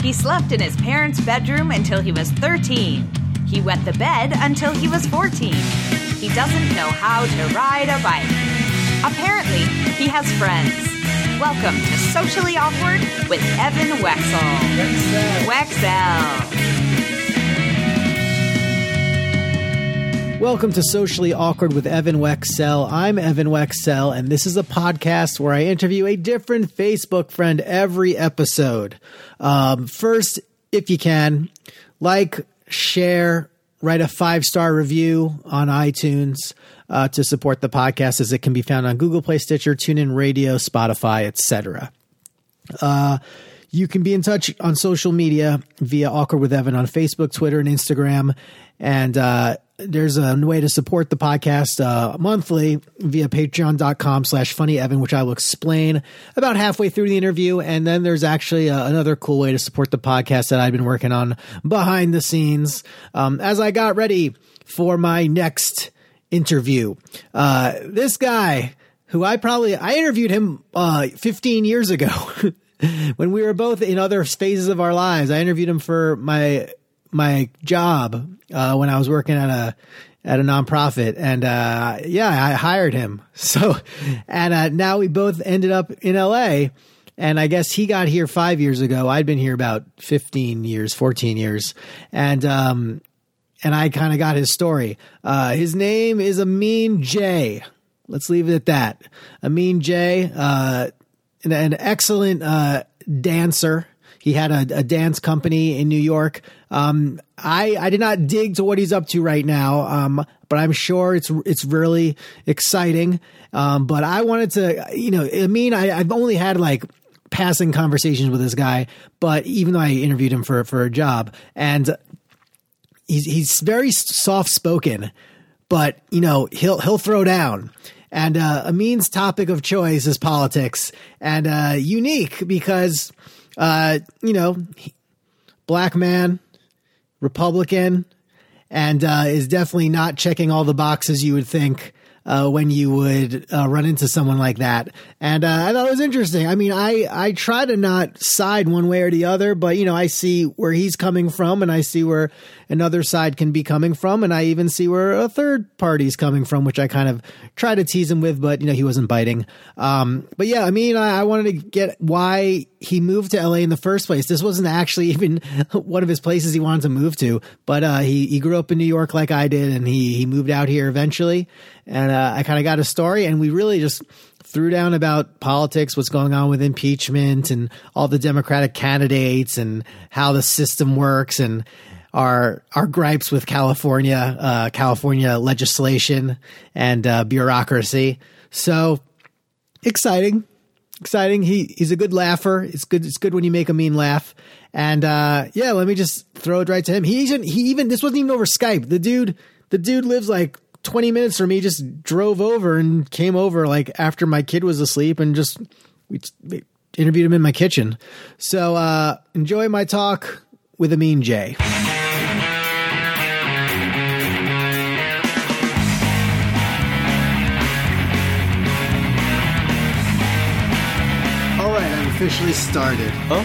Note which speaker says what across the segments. Speaker 1: He slept in his parents' bedroom until he was 13. He wet the bed until he was 14. He doesn't know how to ride a bike. Apparently, he has friends. Welcome to Socially Awkward with Evan Wexel. Wexel.
Speaker 2: Welcome to Socially Awkward with Evan Wexell. I'm Evan Wexell, and this is a podcast where I interview a different Facebook friend every episode. Um, first, if you can, like, share, write a five star review on iTunes uh, to support the podcast, as it can be found on Google Play, Stitcher, TuneIn Radio, Spotify, etc. You can be in touch on social media via Awkward with Evan on Facebook, Twitter, and Instagram. And uh, there's a way to support the podcast uh, monthly via patreon.com slash funny Evan, which I will explain about halfway through the interview. And then there's actually uh, another cool way to support the podcast that I've been working on behind the scenes um, as I got ready for my next interview. Uh, this guy who I probably I interviewed him uh, 15 years ago when we were both in other phases of our lives. I interviewed him for my my job uh, when I was working at a at a nonprofit, and uh, yeah, I hired him. So, and uh, now we both ended up in L.A. And I guess he got here five years ago. I'd been here about 15 years, 14 years. And um, and I kind of got his story. Uh, his name is Amin J. Let's leave it at that. Amin J, uh, an, an excellent uh, dancer. He had a, a dance company in New York. Um, I I did not dig to what he's up to right now, um, but I'm sure it's it's really exciting. Um, but I wanted to, you know, Amin, I, I've only had like passing conversations with this guy, but even though I interviewed him for for a job, and he's he's very soft spoken, but you know he'll he'll throw down. And uh, Amin's topic of choice is politics, and uh, unique because uh, you know he- black man, Republican, and uh, is definitely not checking all the boxes you would think uh, when you would uh, run into someone like that. And uh, I thought it was interesting. I mean, I I try to not side one way or the other, but you know, I see where he's coming from, and I see where another side can be coming from, and I even see where a third party's coming from, which I kind of try to tease him with, but you know, he wasn't biting. Um, but yeah, I mean, I, I wanted to get why he moved to LA in the first place. This wasn't actually even one of his places he wanted to move to, but uh, he he grew up in New York like I did, and he he moved out here eventually. And uh, I kind of got a story, and we really just threw down about politics, what's going on with impeachment, and all the Democratic candidates, and how the system works, and our our gripes with California uh, California legislation and uh, bureaucracy. So exciting exciting. He he's a good laugher. It's good. It's good when you make a mean laugh. And uh, yeah, let me just throw it right to him. He even he even this wasn't even over Skype. The dude the dude lives like twenty minutes from me. He Just drove over and came over like after my kid was asleep and just we we interviewed him in my kitchen. So uh, enjoy my talk with Amin J. All right, I've officially started.
Speaker 3: Oh,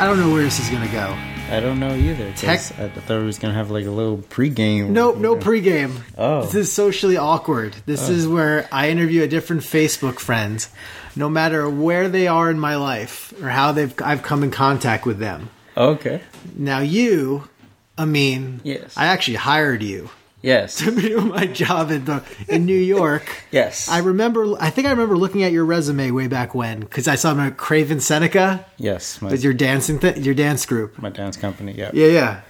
Speaker 2: I don't know where this is gonna go.
Speaker 3: I don't know either. 'cause
Speaker 2: Tech-
Speaker 3: I thought we was gonna have like a little pregame.
Speaker 2: Nope, no pregame.
Speaker 3: Oh.
Speaker 2: This is socially awkward. This is where I interview a different Facebook friend, no matter where they are in my life or how they've I've come in contact with them.
Speaker 3: Okay.
Speaker 2: Now you, Amin,
Speaker 3: Yes.
Speaker 2: I actually hired you
Speaker 3: Yes.
Speaker 2: to do my job in the, in New York.
Speaker 3: yes.
Speaker 2: I remember. I think I remember looking at your resume way back when because I saw him at Craven Seneca
Speaker 3: yes. My,
Speaker 2: with your dancing th- your dance group.
Speaker 3: my dance company. Yeah.
Speaker 2: Yeah, yeah.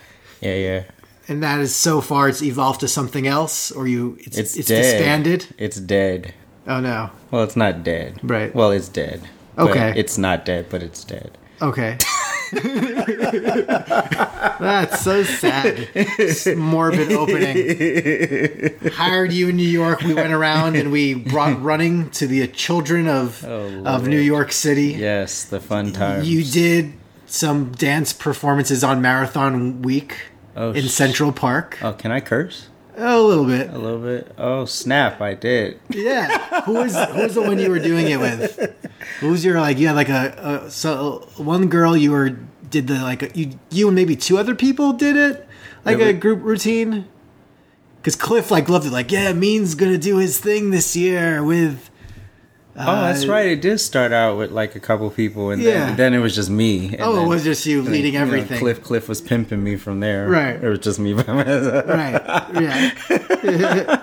Speaker 3: Yeah. Yeah.
Speaker 2: And that is so far it's evolved to something else, or you it's
Speaker 3: It's
Speaker 2: it's,
Speaker 3: dead.
Speaker 2: disbanded.
Speaker 3: It's dead.
Speaker 2: Oh no.
Speaker 3: Well, it's not dead.
Speaker 2: Right.
Speaker 3: Well, it's dead. But
Speaker 2: Okay.
Speaker 3: it's not dead, but it's dead.
Speaker 2: Okay. That's so sad. It's a morbid opening. Hired you in New York. We went around and we brought running to the children of
Speaker 3: Oh,
Speaker 2: of
Speaker 3: Lord.
Speaker 2: New York City.
Speaker 3: Yes. The fun time.
Speaker 2: You did some dance performances on Marathon Week
Speaker 3: Oh,
Speaker 2: in
Speaker 3: sh-
Speaker 2: Central Park.
Speaker 3: Oh, can I curse?
Speaker 2: a little bit.
Speaker 3: A little bit. Oh snap! I did.
Speaker 2: Yeah. Who was who was the one you were doing it with? Who was your like? You had like a, a so one girl you were did the like you you and maybe two other people did it like
Speaker 3: Yeah,
Speaker 2: a
Speaker 3: we-
Speaker 2: group routine. Because Cliff like loved it. Like yeah, Mean's gonna do his thing this year with
Speaker 3: Oh, that's right. It did start out with like a couple people, and
Speaker 2: Yeah.
Speaker 3: then, then it was just me. and
Speaker 2: Oh, it
Speaker 3: then-
Speaker 2: was just you
Speaker 3: and then,
Speaker 2: leading
Speaker 3: you know,
Speaker 2: everything.
Speaker 3: Cliff, Cliff was pimping me from there.
Speaker 2: Right.
Speaker 3: It was just me by myself.
Speaker 2: right. Yeah,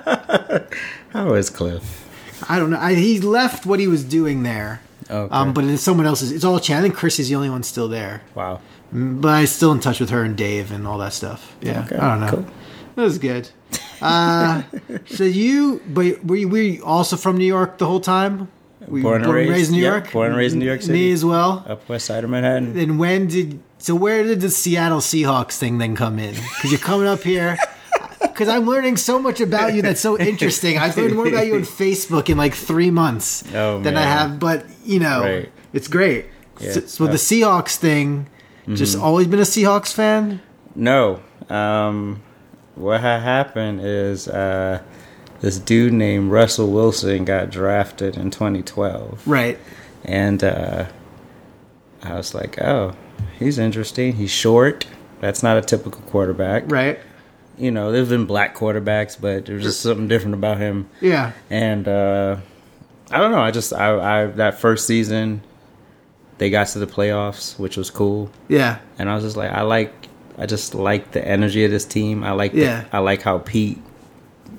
Speaker 3: How is Cliff?
Speaker 2: I don't know. I, he left what he was doing there.
Speaker 3: Okay.
Speaker 2: Um, but it's someone else's. It's all Chad. I think Chrissy's the only one still there.
Speaker 3: Wow.
Speaker 2: But I'm still in touch with her and Dave and all that stuff. Yeah,
Speaker 3: Okay,
Speaker 2: I don't know.
Speaker 3: cool.
Speaker 2: That was good. Uh, so you, but were you, were you also from New York the whole time? Were you
Speaker 3: Born and raised-
Speaker 2: in New
Speaker 3: yeah,
Speaker 2: York.
Speaker 3: born and raised in New York City.
Speaker 2: Me as well.
Speaker 3: Up west side of Manhattan.
Speaker 2: Then when did so where did the Seattle Seahawks thing then come in? Because you're coming up here. Because I'm learning so much about you that's so interesting. I've learned more about you on Facebook in like three months
Speaker 3: Oh,
Speaker 2: than I
Speaker 3: man.
Speaker 2: have. But you know,
Speaker 3: Right.
Speaker 2: it's great. So,
Speaker 3: Yeah. Mm-hmm.
Speaker 2: so the Seahawks thing, just always been a Seahawks fan.
Speaker 3: No. Um, what had happened is uh, this dude named Russell Wilson got drafted in 2012.
Speaker 2: Right.
Speaker 3: And uh, I was like, oh, he's interesting. He's short. That's not a typical quarterback.
Speaker 2: Right.
Speaker 3: You know, there's been black quarterbacks, but there's just something different about him.
Speaker 2: Yeah.
Speaker 3: And uh, I don't know. I just, I, I, that first season, they got to the playoffs, which was cool.
Speaker 2: Yeah.
Speaker 3: And I was just like, I like, I just like the energy of this team. I like,
Speaker 2: Yeah.
Speaker 3: the, I like how Pete,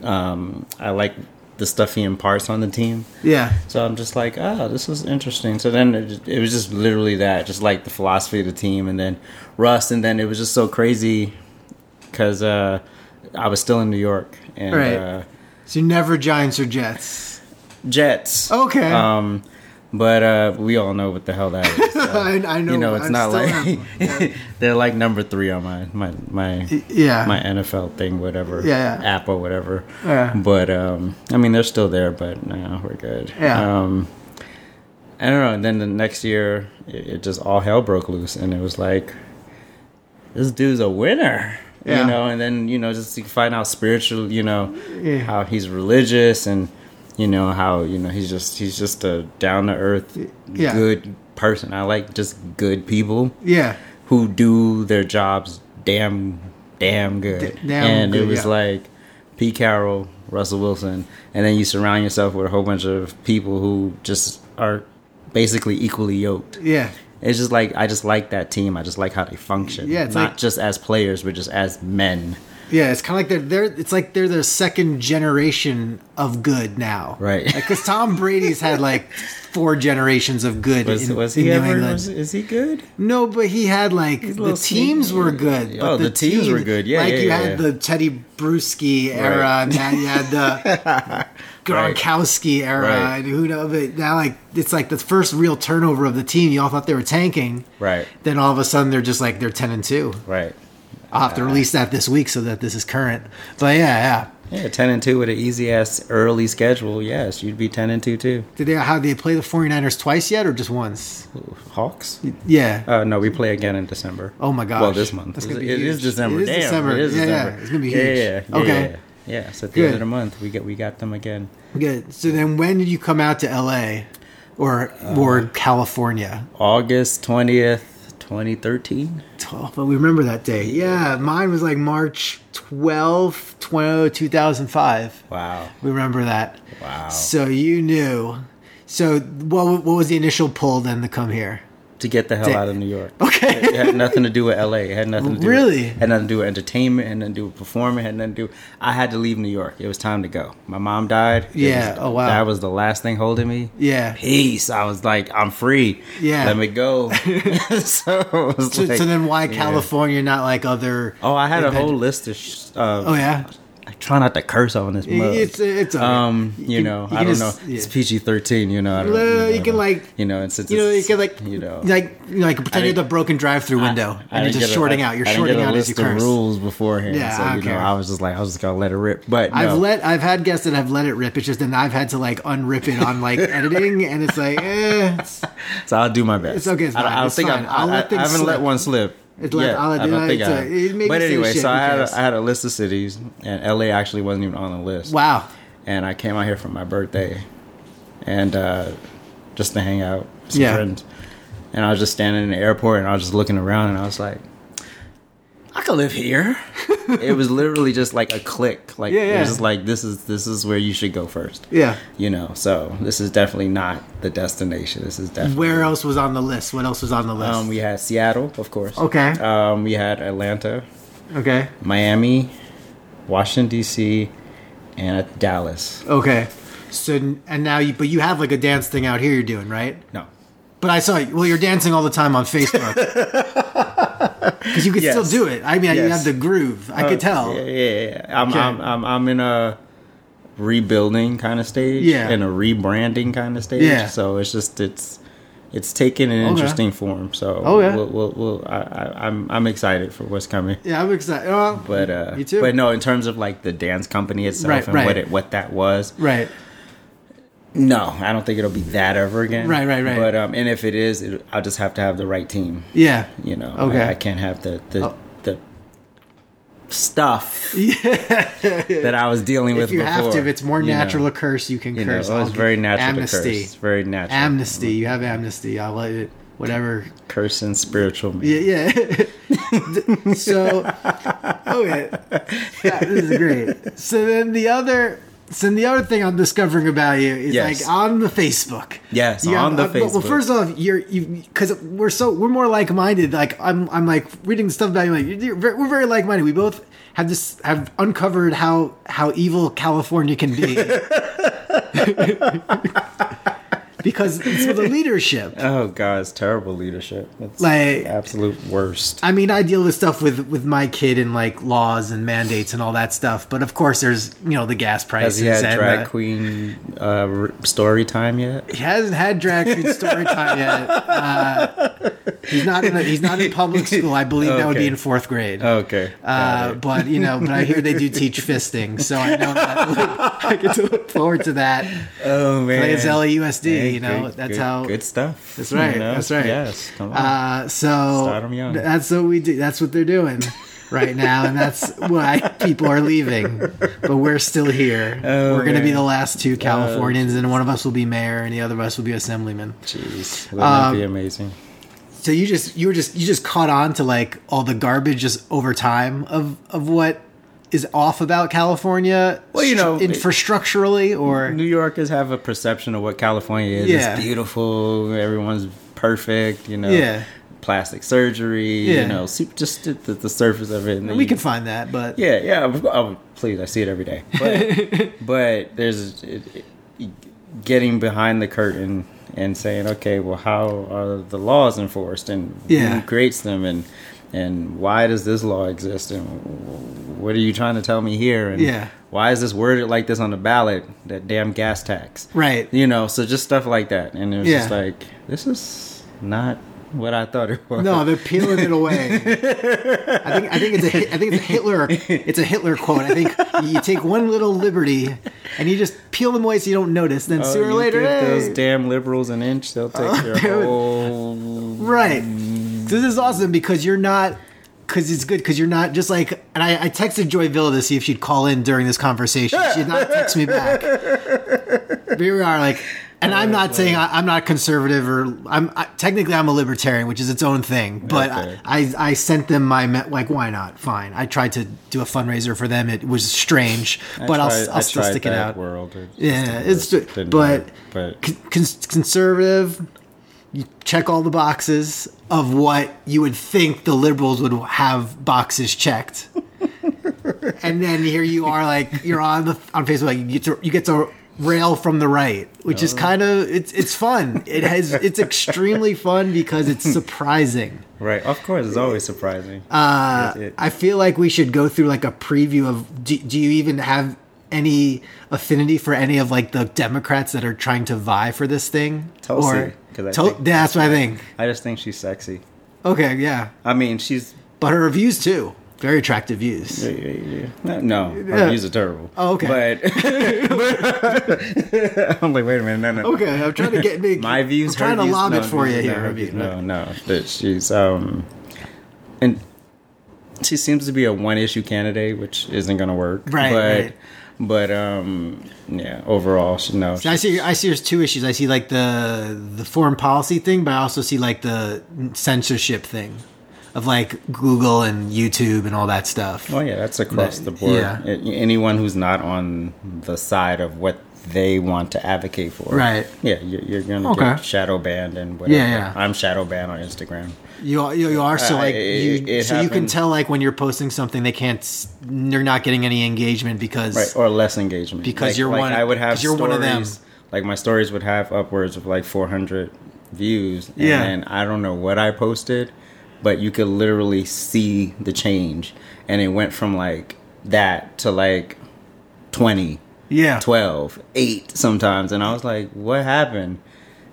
Speaker 3: um, I like the stuff he imparts on the team.
Speaker 2: Yeah.
Speaker 3: So I'm just like, oh, this is interesting. So then it, just- it was just literally that, just like the philosophy of the team, and then Rust, and then it was just so crazy because uh, I was still in New York and
Speaker 2: Right.
Speaker 3: uh,
Speaker 2: So you're never Giants or Jets.
Speaker 3: Jets.
Speaker 2: Okay.
Speaker 3: Um, but uh, we all know what the hell that is. So,
Speaker 2: I, I know.
Speaker 3: Oh. you know, it's
Speaker 2: I'm
Speaker 3: not
Speaker 2: still
Speaker 3: like
Speaker 2: am.
Speaker 3: they're like number three on my my my
Speaker 2: yeah.
Speaker 3: my NFL thing, whatever.
Speaker 2: Yeah, yeah.
Speaker 3: App or whatever.
Speaker 2: Yeah.
Speaker 3: But um, I mean, they're still there, but no, we're good.
Speaker 2: Yeah.
Speaker 3: Um, I don't know. And then the next year, it, it just all hell broke loose, and it was like, this dude's a winner.
Speaker 2: Yeah.
Speaker 3: You know, and then you know, just to find out spiritual, you know,
Speaker 2: Yeah.
Speaker 3: how he's religious, and you know how you know he's just he's just a down to earth,
Speaker 2: Yeah.
Speaker 3: good person. I like just good people
Speaker 2: yeah.
Speaker 3: who do their jobs damn damn good.
Speaker 2: D- damn
Speaker 3: and
Speaker 2: good,
Speaker 3: it was
Speaker 2: yeah.
Speaker 3: like Pete Carroll, Russell Wilson, and then you surround yourself with a whole bunch of people who just are basically equally yoked.
Speaker 2: Yeah.
Speaker 3: It's just like I just like that team. I just like how they function.
Speaker 2: Yeah, it's
Speaker 3: not
Speaker 2: like-
Speaker 3: just as players, but just as men.
Speaker 2: Yeah, it's kind of like they're, they're it's like they're the second generation of good now,
Speaker 3: Right.
Speaker 2: Because Tom Brady's had like four generations of good.
Speaker 3: Was,
Speaker 2: in,
Speaker 3: was
Speaker 2: in
Speaker 3: he
Speaker 2: New
Speaker 3: ever?
Speaker 2: England.
Speaker 3: Was, is he good?
Speaker 2: no, but he had like
Speaker 3: a
Speaker 2: the
Speaker 3: little
Speaker 2: teams
Speaker 3: sneaky.
Speaker 2: were good. but
Speaker 3: Oh, the teams were good. Yeah,
Speaker 2: like
Speaker 3: yeah,
Speaker 2: you
Speaker 3: yeah,
Speaker 2: had
Speaker 3: yeah.
Speaker 2: the Teddy Bruschi era,
Speaker 3: Right.
Speaker 2: and now you had the Gronkowski era,
Speaker 3: Right.
Speaker 2: and who knows? But now like it's like the first real turnover of the team. You all thought they were tanking,
Speaker 3: Right.
Speaker 2: Then all of a sudden they're just like they're ten and two.
Speaker 3: Right.
Speaker 2: I'll have to release that this week so that this is current. But yeah, yeah.
Speaker 3: Yeah, ten and two with an easy ass early schedule. Yes, you'd be ten and two too.
Speaker 2: Did they how they play the 49ers twice yet or just once?
Speaker 3: Hawks.
Speaker 2: Yeah.
Speaker 3: Uh, no, we play again in December.
Speaker 2: Oh my gosh.
Speaker 3: Well, this month.
Speaker 2: That's
Speaker 3: It
Speaker 2: gonna
Speaker 3: is
Speaker 2: be huge.
Speaker 3: December.
Speaker 2: It is
Speaker 3: Damn,
Speaker 2: December.
Speaker 3: It is
Speaker 2: Yeah, yeah.
Speaker 3: December.
Speaker 2: It's gonna be
Speaker 3: Yeah,
Speaker 2: huge.
Speaker 3: yeah, yeah,
Speaker 2: Okay.
Speaker 3: Yeah, yeah. Yeah, so at the
Speaker 2: Good.
Speaker 3: end of the month, we get we got them again.
Speaker 2: Good. So then when did you come out to LA or or California?
Speaker 3: August twentieth, twenty thirteen.
Speaker 2: Oh, but we remember that day. Yeah, mine was like March 12th, 20, 2005.
Speaker 3: Wow.
Speaker 2: We remember that.
Speaker 3: Wow.
Speaker 2: So you knew. So what what was the initial pull then to come here?
Speaker 3: to get the hell
Speaker 2: Da-
Speaker 3: out of New York.
Speaker 2: Okay.
Speaker 3: It had nothing to do with LA. It had nothing to do
Speaker 2: Really?
Speaker 3: with, had nothing to do with entertainment, had nothing to do with performing, had nothing to do I had to leave New York. It was time to go. My mom died. It
Speaker 2: Yeah.
Speaker 3: was-
Speaker 2: Oh, wow.
Speaker 3: That was the last thing holding me.
Speaker 2: Yeah.
Speaker 3: Peace. I was like, I'm free.
Speaker 2: Yeah.
Speaker 3: Let me go. so, it was
Speaker 2: So,
Speaker 3: like-
Speaker 2: so then why
Speaker 3: yeah.
Speaker 2: California, not like other?
Speaker 3: Oh, I had a
Speaker 2: event-
Speaker 3: whole list of. Sh- uh,
Speaker 2: Oh yeah,
Speaker 3: I try not to curse on this mug.
Speaker 2: it's it's all right.
Speaker 3: um, you,
Speaker 2: can-
Speaker 3: know,
Speaker 2: you
Speaker 3: I
Speaker 2: can
Speaker 3: don't
Speaker 2: just-
Speaker 3: know.
Speaker 2: yeah.
Speaker 3: It's PG thirteen. You know, I don't,
Speaker 2: No, no, no,
Speaker 3: you know,
Speaker 2: you can, like-
Speaker 3: you know, and since
Speaker 2: You know, you
Speaker 3: it's-
Speaker 2: can like,
Speaker 3: you know,
Speaker 2: like, you know, like pretend
Speaker 3: I
Speaker 2: you have the
Speaker 3: didn't-
Speaker 2: broken drive-through window,
Speaker 3: I
Speaker 2: and
Speaker 3: didn't
Speaker 2: you're
Speaker 3: get
Speaker 2: just
Speaker 3: a-
Speaker 2: shorting
Speaker 3: I-
Speaker 2: out. You're
Speaker 3: I didn't
Speaker 2: shorting
Speaker 3: get a
Speaker 2: out as you
Speaker 3: list of
Speaker 2: curse.
Speaker 3: rules beforehand.
Speaker 2: Yeah,
Speaker 3: so
Speaker 2: I
Speaker 3: you
Speaker 2: don't
Speaker 3: know,
Speaker 2: care.
Speaker 3: I was just like, I was just gonna let it rip. But
Speaker 2: I've
Speaker 3: no.
Speaker 2: let I've had guests that have let it rip. It's just then I've had to like unrip it on like editing, and it's like, eh, it's,
Speaker 3: so I'll do my best.
Speaker 2: It's okay, it's
Speaker 3: I, don't-
Speaker 2: fine,
Speaker 3: I don't
Speaker 2: it's
Speaker 3: think
Speaker 2: fine.
Speaker 3: I've,
Speaker 2: I'll
Speaker 3: I,
Speaker 2: let
Speaker 3: I
Speaker 2: things
Speaker 3: haven't
Speaker 2: slip.
Speaker 3: let one slip.
Speaker 2: It's let-
Speaker 3: yet.
Speaker 2: I'll let-
Speaker 3: I don't
Speaker 2: it's
Speaker 3: think I
Speaker 2: a-
Speaker 3: have.
Speaker 2: it made me
Speaker 3: But
Speaker 2: say
Speaker 3: anyway,
Speaker 2: shit,
Speaker 3: so
Speaker 2: who
Speaker 3: I had
Speaker 2: cares?
Speaker 3: a, I had a list of cities, and LA actually wasn't even on the list.
Speaker 2: wow,
Speaker 3: and I came out here for my birthday, and uh, just to hang out with some
Speaker 2: Yeah.
Speaker 3: friends. and I was just standing in the airport and I was just looking around and I was like, I could live here. it was literally just like a click. Like
Speaker 2: Yeah,
Speaker 3: it
Speaker 2: yeah.
Speaker 3: was just like this is this is where you should go first.
Speaker 2: Yeah.
Speaker 3: You know, so this is definitely not the destination. This is definitely
Speaker 2: Where else was on the list? What else was on the list?
Speaker 3: um, we had Seattle, of course.
Speaker 2: Okay.
Speaker 3: Um, we had Atlanta,
Speaker 2: okay.
Speaker 3: Miami, Washington D.C., and Dallas.
Speaker 2: Okay. So and now you, but you have like a dance thing out here you're doing, right?
Speaker 3: No,
Speaker 2: But I saw you. Well, you're dancing all the time on Facebook. Because you could
Speaker 3: Yes.
Speaker 2: still do it. I mean, you
Speaker 3: Yes. Uh,
Speaker 2: have the groove. I could tell.
Speaker 3: Yeah, yeah, yeah. I'm, I'm, I'm, I'm in a rebuilding kind of stage.
Speaker 2: Yeah.
Speaker 3: And a rebranding kind of stage.
Speaker 2: Yeah.
Speaker 3: So it's just it's it's taking an
Speaker 2: Okay. Oh,
Speaker 3: interesting form. So
Speaker 2: Okay.
Speaker 3: we'll, we'll, we'll, I, I, I'm I'm excited for what's coming.
Speaker 2: Yeah, I'm oh, excited. Well,
Speaker 3: But uh,
Speaker 2: Me too.
Speaker 3: but no, in terms of like the dance company itself
Speaker 2: Right,
Speaker 3: and
Speaker 2: right.
Speaker 3: what it what that was,
Speaker 2: right.
Speaker 3: no, I don't think it'll be that ever again.
Speaker 2: Right, right, right.
Speaker 3: But um, and if it is, it, I'll just have to have the right team.
Speaker 2: Yeah.
Speaker 3: You know,
Speaker 2: Okay.
Speaker 3: I, I can't have the the,
Speaker 2: Oh.
Speaker 3: the stuff that I was dealing with.
Speaker 2: If you
Speaker 3: before,
Speaker 2: have to, if it's more
Speaker 3: you know.
Speaker 2: natural to curse, you can
Speaker 3: You know,
Speaker 2: curse.
Speaker 3: it was
Speaker 2: I'll
Speaker 3: very
Speaker 2: give-
Speaker 3: natural
Speaker 2: Amnesty.
Speaker 3: to curse. It's very natural.
Speaker 2: Amnesty. You have amnesty. I'll let it. Whatever.
Speaker 3: Curse and spiritual. Man.
Speaker 2: Yeah. yeah. so, okay, Yeah, this is great. So then the other, so then the other thing I'm discovering about you is
Speaker 3: Yes.
Speaker 2: like on the Facebook.
Speaker 3: Yes, on the
Speaker 2: well, Well,
Speaker 3: Facebook.
Speaker 2: first off, you're you because we're so we're more like minded. Like I'm I'm like reading stuff about you. Like you're, you're very, we're very like minded. We both have this have uncovered how how evil California can be. Because it's for the leadership.
Speaker 3: Oh God, it's terrible leadership. It's
Speaker 2: Like-
Speaker 3: absolute worst.
Speaker 2: I mean, I deal with stuff with with my kid and like laws and mandates and all that stuff. But of course, there's you know the gas
Speaker 3: Has
Speaker 2: prices.
Speaker 3: he had
Speaker 2: and,
Speaker 3: drag
Speaker 2: uh,
Speaker 3: queen uh, r- story time yet?
Speaker 2: He hasn't had drag queen story time yet. Uh, he's not in a, he's not in public school. I believe that would be
Speaker 3: Okay. Oh,
Speaker 2: in fourth grade.
Speaker 3: Okay.
Speaker 2: Uh, but you know, but I hear they do teach fisting, so I know that I get to look forward to that.
Speaker 3: oh man,
Speaker 2: Play as LAUSD,
Speaker 3: Hey,
Speaker 2: E you know.
Speaker 3: good-
Speaker 2: that's
Speaker 3: good-
Speaker 2: how
Speaker 3: good stuff.
Speaker 2: That's right.
Speaker 3: you know?
Speaker 2: That's right.
Speaker 3: Yes. Come on.
Speaker 2: Uh, so
Speaker 3: Start 'em young.
Speaker 2: that's what we do. That's what they're doing right now, and that's why people are leaving. But we're still here.
Speaker 3: Oh,
Speaker 2: we're going to be
Speaker 3: man.
Speaker 2: the last two Californians, and one of us will be mayor, and the other of us will be assemblyman.
Speaker 3: Jeez, wouldn't that
Speaker 2: um,
Speaker 3: be amazing?
Speaker 2: So you just you were just you just caught on to like all the garbage just over time of of what is off about California.
Speaker 3: Well, you know, it-
Speaker 2: infrastructurally or
Speaker 3: New Yorkers have a perception of what California is.
Speaker 2: Yeah.
Speaker 3: It's beautiful. Everyone's perfect. You know.
Speaker 2: Yeah.
Speaker 3: Plastic surgery.
Speaker 2: Yeah.
Speaker 3: You know, su- just the, the surface of it. And then
Speaker 2: we
Speaker 3: you-
Speaker 2: can find that, but
Speaker 3: Yeah, yeah. of- Oh, please, I see it every day. But, but there's it, it, getting behind the curtain and saying, okay, well, how are the laws enforced and
Speaker 2: Yeah.
Speaker 3: who creates them and and why does this law exist and what are you trying to tell me here and
Speaker 2: Yeah.
Speaker 3: why is this worded like this on the ballot? That damn gas tax,
Speaker 2: Right.
Speaker 3: You know, so just stuff like that, and it was just
Speaker 2: Yeah.
Speaker 3: like, this is not what I thought it was.
Speaker 2: No, they're peeling it away. I think I think it's a Hit- I think it's a Hitler it's a Hitler quote. I think you take one little liberty and you just peel them away so you don't notice. Then
Speaker 3: Oh,
Speaker 2: sooner or
Speaker 3: you
Speaker 2: later,
Speaker 3: give those
Speaker 2: hey. Oh,
Speaker 3: damn liberals an inch, they'll take your
Speaker 2: dude.
Speaker 3: whole.
Speaker 2: right. So this is awesome because you're not because it's good because you're not just like and I, I texted Joy Villa to see if she'd call in during this conversation. She did not text me back. But here we are, like. And
Speaker 3: Oh,
Speaker 2: I'm not saying I, I'm not conservative or I'm I, technically I'm a libertarian, which is its own thing. But
Speaker 3: Okay.
Speaker 2: I, I I sent them my me- like why not? Fine. I tried to do a fundraiser for them. It was strange,
Speaker 3: I
Speaker 2: but
Speaker 3: tried-
Speaker 2: I'll, I'll
Speaker 3: I
Speaker 2: still
Speaker 3: tried
Speaker 2: stick it
Speaker 3: that
Speaker 2: out.
Speaker 3: World, It
Speaker 2: Yeah, it's
Speaker 3: just didn't
Speaker 2: but
Speaker 3: work. Didn't work, but
Speaker 2: con- cons- conservative. You check all the boxes of what you would think the liberals would have boxes checked, and then here you are, like you're on the on Facebook, like you get to you get to rail from the right, which is kind of it's it's fun. It has it's extremely fun because it's surprising.
Speaker 3: right, of course, it's always surprising.
Speaker 2: Uh,
Speaker 3: It- it-
Speaker 2: I feel like we should go through like a preview of. Do, do you even have any affinity for any of like the Democrats that are trying to vie for this thing?
Speaker 3: Tulsi,
Speaker 2: Or-
Speaker 3: 'cause I
Speaker 2: Tul-
Speaker 3: think-
Speaker 2: yeah, that's what I think.
Speaker 3: I just think she's sexy.
Speaker 2: Okay, yeah,
Speaker 3: I mean, she's
Speaker 2: but her reviews too. Very attractive views.
Speaker 3: no, no her views are terrible.
Speaker 2: Oh, okay.
Speaker 3: but, but- I'm like, wait a minute, no, no, no.
Speaker 2: Okay, I'm trying to get big.
Speaker 3: my views.
Speaker 2: I'm trying
Speaker 3: her
Speaker 2: to
Speaker 3: views-
Speaker 2: lob
Speaker 3: no,
Speaker 2: it for
Speaker 3: no,
Speaker 2: you
Speaker 3: no,
Speaker 2: here.
Speaker 3: her
Speaker 2: her
Speaker 3: views-
Speaker 2: views.
Speaker 3: No, no, that she's um, and she seems to be a one-issue candidate, which isn't going to work.
Speaker 2: Right,
Speaker 3: but
Speaker 2: right.
Speaker 3: But um, yeah, overall, she- no.
Speaker 2: I see. I see. There's two issues. I see like the the foreign policy thing, but I also see like the censorship thing, of like Google and YouTube and all that stuff.
Speaker 3: Oh yeah, that's across
Speaker 2: But-
Speaker 3: the board.
Speaker 2: yeah.
Speaker 3: A- Anyone who's not on the side of what they want to advocate for,
Speaker 2: Right.
Speaker 3: Yeah, you're, you're gonna
Speaker 2: Okay.
Speaker 3: get shadow banned and whatever.
Speaker 2: Yeah, yeah.
Speaker 3: I'm shadow banned on Instagram.
Speaker 2: You are, you, you are so
Speaker 3: Uh,
Speaker 2: like
Speaker 3: it-
Speaker 2: you,
Speaker 3: it
Speaker 2: so you can
Speaker 3: happens.
Speaker 2: tell like when you're posting something they can't s- they're not getting any engagement because
Speaker 3: right or less engagement
Speaker 2: Because
Speaker 3: Like-
Speaker 2: you're
Speaker 3: like
Speaker 2: one-
Speaker 3: I would have
Speaker 2: because you're one of them.
Speaker 3: stories- Like my stories would have upwards of like 400 views, and
Speaker 2: Yeah.
Speaker 3: then I don't know what I posted, but you could literally see the change, and it went from like that to like 20,
Speaker 2: yeah
Speaker 3: 12, 8 sometimes, and I was like, what happened?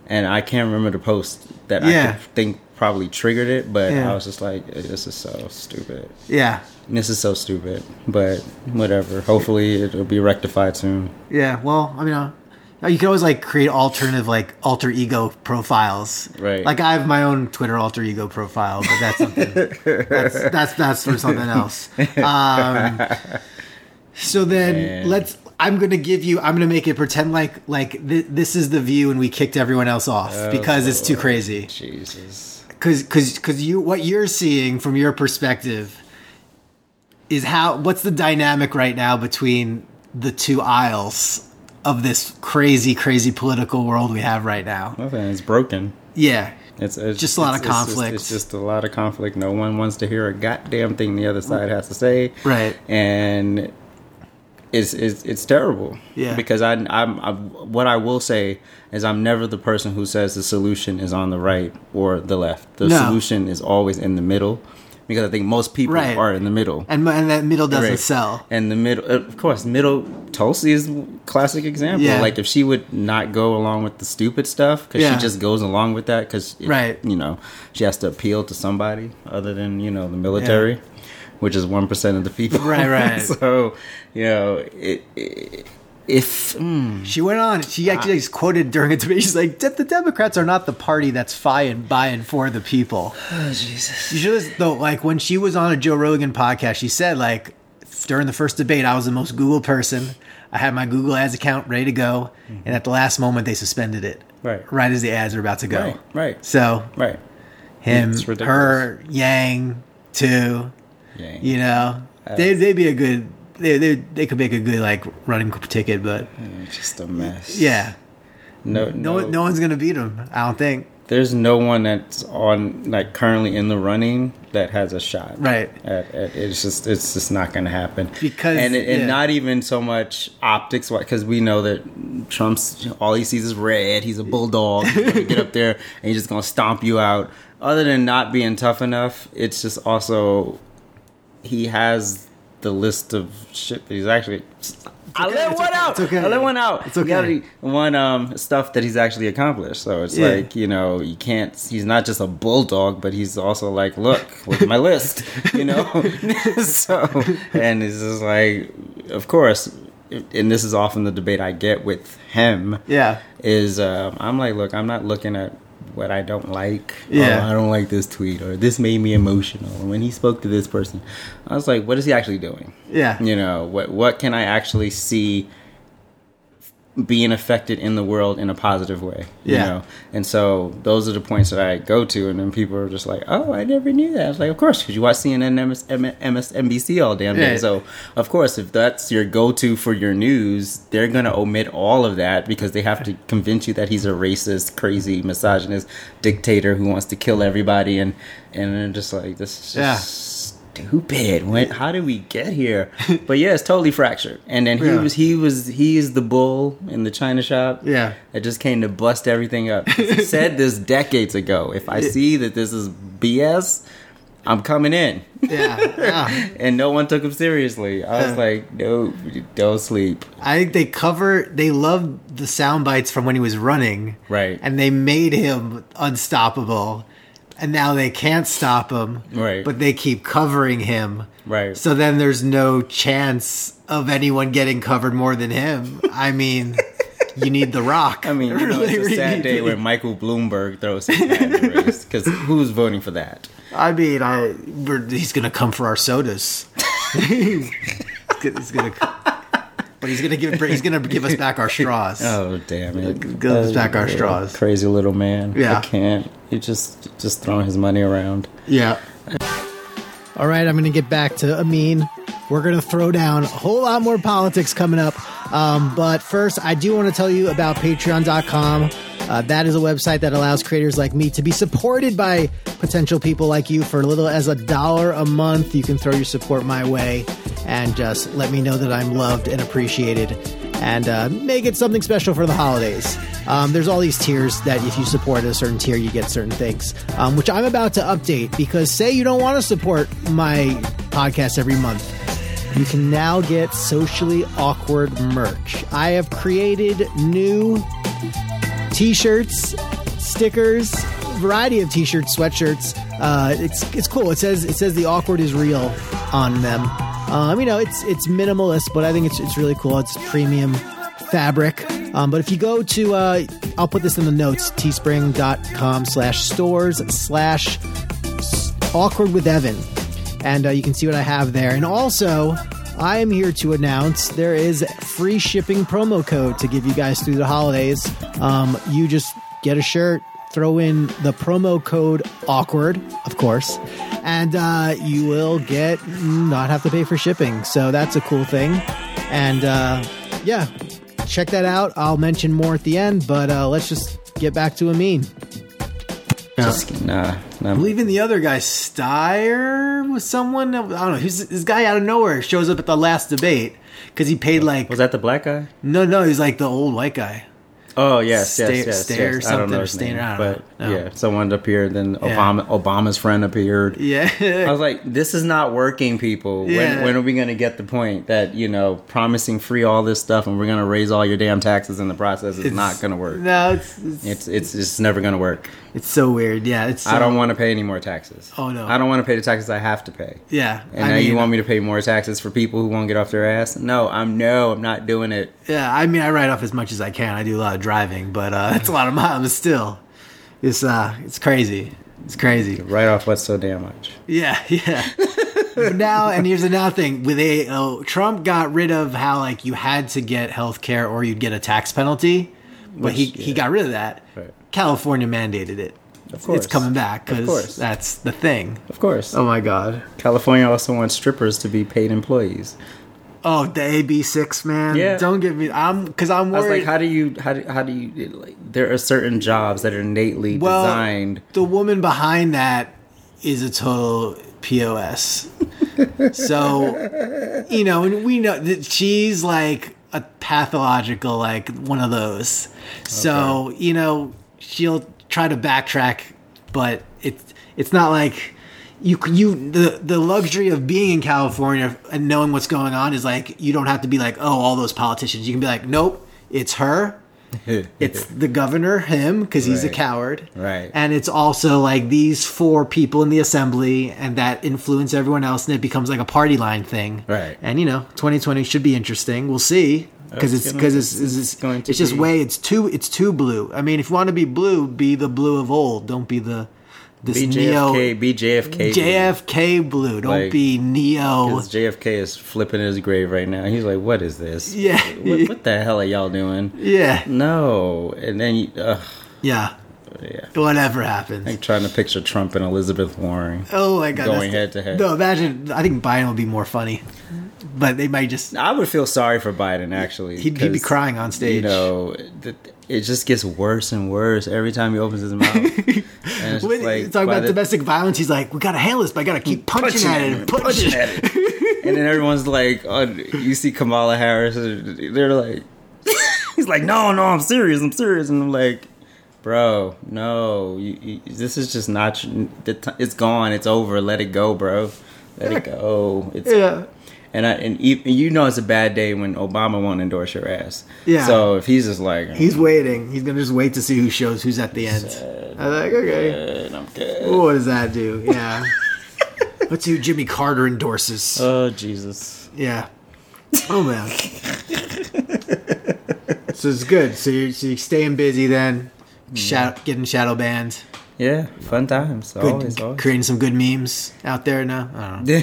Speaker 3: And I can't remember the post that
Speaker 2: Yeah.
Speaker 3: I could think probably triggered it, but
Speaker 2: Yeah.
Speaker 3: I was just like, this is so stupid.
Speaker 2: yeah
Speaker 3: This is so stupid, but whatever. Hopefully, it'll be rectified soon.
Speaker 2: yeah well I mean uh, you can always like create alternative like alter ego profiles
Speaker 3: Right.
Speaker 2: like I have my own Twitter alter ego profile but that's something that's, that's that's for something else um, so then
Speaker 3: Man.
Speaker 2: let's I'm gonna give you I'm gonna make it pretend like like th- this is the view and we kicked everyone else off
Speaker 3: Oh,
Speaker 2: because it's too
Speaker 3: Lord.
Speaker 2: crazy
Speaker 3: Jesus.
Speaker 2: because because because you what you're seeing from your perspective is how what's the dynamic right now between the two aisles of this crazy crazy political world we have right now
Speaker 3: Nothing. It's broken.
Speaker 2: yeah
Speaker 3: It's, it's
Speaker 2: Just a lot of
Speaker 3: it's- it's just-
Speaker 2: conflict.
Speaker 3: It's just, a lot of conflict. No one wants to hear a goddamn thing the other side has to say.
Speaker 2: Right.
Speaker 3: And it's it's, it's terrible.
Speaker 2: Yeah.
Speaker 3: Because I I'm, i what I will say is I'm never the person who says the solution is on the right or the left. The
Speaker 2: No.
Speaker 3: solution is always in the middle, because I think most people
Speaker 2: Right.
Speaker 3: are in the middle.
Speaker 2: and my- and that middle doesn't
Speaker 3: Right.
Speaker 2: sell
Speaker 3: And the middle, of course, middle Tulsi is a classic example.
Speaker 2: Yeah.
Speaker 3: Like if she would not go along with the stupid stuff because
Speaker 2: Yeah.
Speaker 3: she just goes along with that because
Speaker 2: Right.
Speaker 3: you know she has to appeal to somebody other than you know the military,
Speaker 2: Yeah.
Speaker 3: which is one percent of the people.
Speaker 2: Right, right.
Speaker 3: so you know it. it if mm,
Speaker 2: she went on she actually is quoted during a debate she's like "De- the democrats are not the party that's fi and by and for the people
Speaker 3: Jesus,
Speaker 2: You should listen, though, like when she was on a Joe Rogan podcast, she said, like, during the first debate, I was the most Google person. I had my Google Ads account ready to go. And at the last moment, they suspended it.
Speaker 3: Right.
Speaker 2: Right as the ads were about to go.
Speaker 3: Right, right.
Speaker 2: So,
Speaker 3: right?
Speaker 2: him,
Speaker 3: It's ridiculous.
Speaker 2: her, Yang, too,
Speaker 3: Yeah,
Speaker 2: you know, they, they'd be a good, they, they, they could make a good, like, running ticket, but
Speaker 3: just a mess.
Speaker 2: yeah.
Speaker 3: no,
Speaker 2: No, no one's going to beat him, I don't think.
Speaker 3: there's no one that's on like currently in the running that has a shot.
Speaker 2: Right.
Speaker 3: At, at, it's just it's just not going to happen
Speaker 2: Because-
Speaker 3: and it, and
Speaker 2: yeah.
Speaker 3: not even so much optics because we know that Trump's all he sees is red. He's a bulldog. He's gonna get up there and he's just going to stomp you out. Other than not being tough enough, it's just also he has the list of shit that he's actually. I let one out.
Speaker 2: It's okay.
Speaker 3: I let one out.
Speaker 2: It's okay.
Speaker 3: You gotta- one um stuff that he's actually accomplished. So it's
Speaker 2: Yeah.
Speaker 3: like you know you can't. He's not just a bulldog, but he's also like, look, look at my list, you know. so and it's just like, of course, and this is often the debate I get with him.
Speaker 2: Yeah.
Speaker 3: is um, I'm like, look, I'm not looking at what I don't like.
Speaker 2: Yeah.
Speaker 3: Oh, I don't like this tweet or this made me emotional. And when he spoke to this person, I was like, what is he actually doing?
Speaker 2: Yeah.
Speaker 3: you know what what can i actually see being affected in the world in a positive way you
Speaker 2: Yeah.
Speaker 3: know and so those are the points that i go to and then people are just like oh i never knew that i was like of course because you watch cnn and MS, M- msnbc all damn day
Speaker 2: Yeah.
Speaker 3: so of course if that's your go-to for your news they're going to omit all of that because they have to convince you that he's a racist crazy misogynist dictator who wants to kill everybody and and they're just like this is just
Speaker 2: Yeah.
Speaker 3: stupid. When, how did we get here? But yeah, it's totally fractured. And then he
Speaker 2: Yeah.
Speaker 3: was he was he is the bull in the china shop.
Speaker 2: Yeah.
Speaker 3: that just came to bust everything up. He said this decades ago. If I see that this is BS, I'm coming in.
Speaker 2: Yeah. yeah.
Speaker 3: And no one took him seriously. I was
Speaker 2: Yeah.
Speaker 3: like, no, don't sleep.
Speaker 2: I think they cover. They love the sound bites from when he was running,
Speaker 3: Right.
Speaker 2: And they made him unstoppable, and now they can't stop him,
Speaker 3: Right.
Speaker 2: But they keep covering him,
Speaker 3: Right.
Speaker 2: So then there's no chance of anyone getting covered more than him. I mean, you need the Rock.
Speaker 3: I mean, you know, it's a sad day when Michael Bloomberg throws his hat in the race because who's voting for that?
Speaker 2: I mean, I we're, he's gonna come for our sodas. he's gonna. He's gonna But he's gonna give he's gonna give us back our straws.
Speaker 3: Oh damn it!
Speaker 2: Give us
Speaker 3: Oh,
Speaker 2: back our
Speaker 3: yeah.
Speaker 2: straws.
Speaker 3: Crazy little man.
Speaker 2: Yeah.
Speaker 3: I can't. He just just throwing his money around.
Speaker 2: Yeah.
Speaker 4: All right, I'm going to get back to Amin. We're going to throw down a whole lot more politics coming up. Um, but first, I do want to tell you about patreon.com. Uh, that is a website that allows creators like me to be supported by potential people like you for little as a dollar a month. You can throw your support my way and just let me know that I'm loved and appreciated and uh, make it something special for the holidays. Um, there's all these tiers that if you support a certain tier, you get certain things, um, which I'm about to update because say you don't want to support my podcast every month. You can now get socially awkward merch. I have created new t-shirts, stickers, variety of t-shirts, sweatshirts. Uh, it's it's cool. It says it says the awkward is real on them. Um, you know, it's it's minimalist, but I think it's it's really cool. It's premium fabric. Um, but if you go to, uh, I'll put this in the notes, teespring.com slash stores slash awkward with Evan. And uh, you can see what I have there. And also, I am here to announce there is free shipping promo code to give you guys through the holidays. Um, you just get a shirt, throw in the promo code awkward, of course, and uh, you will get not have to pay for shipping. So that's a cool thing. And uh, yeah, check that out. I'll mention more at the end, but uh, let's just get back to Amin.
Speaker 3: Just nah. nah.
Speaker 2: I'm leaving the other guy, Steyer, was someone. I don't know. Who's this guy out of nowhere shows up at the last debate because he paid like
Speaker 3: Was that the black guy?
Speaker 2: no, no. He's like the old white guy.
Speaker 3: Oh yes, yes,
Speaker 2: Stay-
Speaker 3: yes,
Speaker 2: stay
Speaker 3: yes.
Speaker 2: or
Speaker 3: I don't
Speaker 2: something,
Speaker 3: know
Speaker 2: or
Speaker 3: his
Speaker 2: stay
Speaker 3: name,
Speaker 2: around,
Speaker 3: but
Speaker 2: no.
Speaker 3: yeah, someone appeared. Then Obama, Obama's friend appeared. I
Speaker 2: Yeah,
Speaker 3: was like, "This is not working, people.
Speaker 2: Yeah.
Speaker 3: When, when are we going to get the point that you know promising free all this stuff and we're going to raise all your damn taxes in the process is not going to work?
Speaker 2: No, it's it's,
Speaker 3: It's it's it's never going to work.
Speaker 2: it's so weird. Yeah, it's. So,
Speaker 3: I don't want to pay any more taxes.
Speaker 2: Oh, no.
Speaker 3: I don't want to pay the taxes I have to pay.
Speaker 2: Yeah,
Speaker 3: And
Speaker 2: I
Speaker 3: now you
Speaker 2: mean-
Speaker 3: want me to pay more taxes for people who won't get off their ass? No, I'm no, I'm not doing it.
Speaker 2: Yeah, I mean, I write off as much as I can. I do a lot of driving, but uh, it's a lot of miles still. It's uh, it's crazy. It's crazy.
Speaker 3: Right off what's so damn much.
Speaker 2: Yeah, yeah. but now, and here's another thing: with a oh, Trump got rid of how like you had to get health care or you'd get a tax penalty, but he
Speaker 3: Which,
Speaker 2: he
Speaker 3: yeah.
Speaker 2: got rid of that.
Speaker 3: Right.
Speaker 2: California mandated it.
Speaker 3: Of course.
Speaker 2: it's coming back
Speaker 3: Of
Speaker 2: because
Speaker 3: course.
Speaker 2: that's the thing.
Speaker 3: Of course.
Speaker 2: Oh my god.
Speaker 3: Um, California also wants strippers to be paid employees.
Speaker 2: Oh, the AB six man.
Speaker 3: Yeah.
Speaker 2: Don't give me. I'm because I'm
Speaker 3: I
Speaker 2: worried.
Speaker 3: was like, how do you, how do, how do you, like, there are certain jobs that are innately
Speaker 2: well,
Speaker 3: designed.
Speaker 2: the woman behind that is a total pos. so, you know, and we know that she's like a pathological, like one of those. So, you know, she'll try to backtrack, but it's it's not like you c- you the the luxury of being in California and knowing what's going on is like you don't have to be like oh all those politicians. You can be like nope, it's her it's the governor, him, because he's a
Speaker 3: Right.
Speaker 2: coward.
Speaker 3: Right.
Speaker 2: And it's also like these four people in the assembly and that influence everyone else, and it becomes like a party line thing.
Speaker 3: Right.
Speaker 2: And you know, 2020 should be interesting. We'll see. Because
Speaker 3: It's
Speaker 2: it's
Speaker 3: gonna-
Speaker 2: because it's, it's,
Speaker 3: it's
Speaker 2: it's,
Speaker 3: going to
Speaker 2: it's just
Speaker 3: be-
Speaker 2: way it's too it's too blue. I mean, if you want to be blue, be the blue of old. Don't be the this neo
Speaker 3: BJFK, BJFK.
Speaker 2: JFK blue. Don't
Speaker 3: Like,
Speaker 2: be neo.
Speaker 3: Because JFK is flipping his grave right now. He's like, what is this?
Speaker 2: Yeah.
Speaker 3: What, what the hell are y'all doing?
Speaker 2: Yeah,
Speaker 3: No. And then, you- ugh,
Speaker 2: yeah.
Speaker 3: yeah.
Speaker 2: Whatever happens.
Speaker 3: I'm trying to picture Trump and Elizabeth Warren.
Speaker 2: Oh my god!
Speaker 3: Going
Speaker 2: that's-
Speaker 3: head to head.
Speaker 2: No, imagine. I think Biden would be more funny, but they might just
Speaker 3: I would feel sorry for Biden, actually.
Speaker 2: he'd, he'd be
Speaker 3: 'cause,
Speaker 2: crying on stage.
Speaker 3: You know, th- it just gets worse and worse every time he opens his mouth. and it's just
Speaker 2: When-
Speaker 3: like,
Speaker 2: talking
Speaker 3: by
Speaker 2: about
Speaker 3: the-
Speaker 2: domestic violence, he's like, "We gotta handle this, but I gotta keep punching, at it, and punching."
Speaker 3: punching at it. and then everyone's like, oh, you see Kamala Harris, they're like, he's like, no, no, I'm serious, I'm serious, and I'm like, bro, no, you, you, this is just not, your- the t- it's gone, it's over, let it go, bro, let it go. It's,
Speaker 2: Yeah,
Speaker 3: And I and e- and you know it's a bad day when Obama won't endorse your ass.
Speaker 2: Yeah.
Speaker 3: So if he's just like
Speaker 2: he's waiting. He's gonna just wait to see who shows who's at the end. I'm like, okay,
Speaker 3: good, I'm good.
Speaker 2: what does that do? Yeah, let's see who Jimmy Carter endorses.
Speaker 3: Oh Jesus.
Speaker 2: Yeah. Oh man. so it's good. So you're, so you're staying busy then. Shout, getting shadow banned.
Speaker 3: Yeah, fun times.
Speaker 2: Good-
Speaker 3: always, always.
Speaker 2: creating some good memes out there now. I don't know.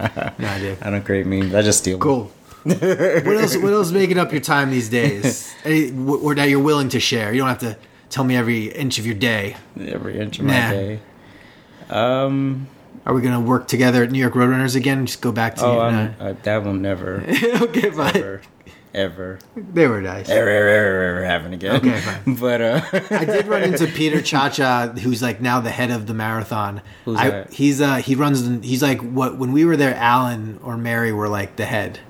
Speaker 3: I
Speaker 2: No idea.
Speaker 3: don't create memes. I just steal. them.
Speaker 2: Cool. what else? What else is making up your time these days? Any, wh- or that you're willing to share? You don't have to tell me every inch of your day.
Speaker 3: Every inch of my
Speaker 2: Nah.
Speaker 3: day.
Speaker 2: Are we going to work together at New York Roadrunners again? Just go back to
Speaker 3: Oh,
Speaker 2: you
Speaker 3: I'm,
Speaker 2: and
Speaker 3: I, that will never,
Speaker 2: I. okay, fine.
Speaker 3: ever, ever,
Speaker 2: They were nice.
Speaker 3: ever, ever, ever happen again.
Speaker 2: Okay, fine.
Speaker 3: But uh,
Speaker 2: I did run into Peter Chacha, who's like now the head of the marathon.
Speaker 3: Who's
Speaker 2: I,
Speaker 3: that?
Speaker 2: He's uh he runs. in- He's like what when we were there, Alan or Mary were like the head.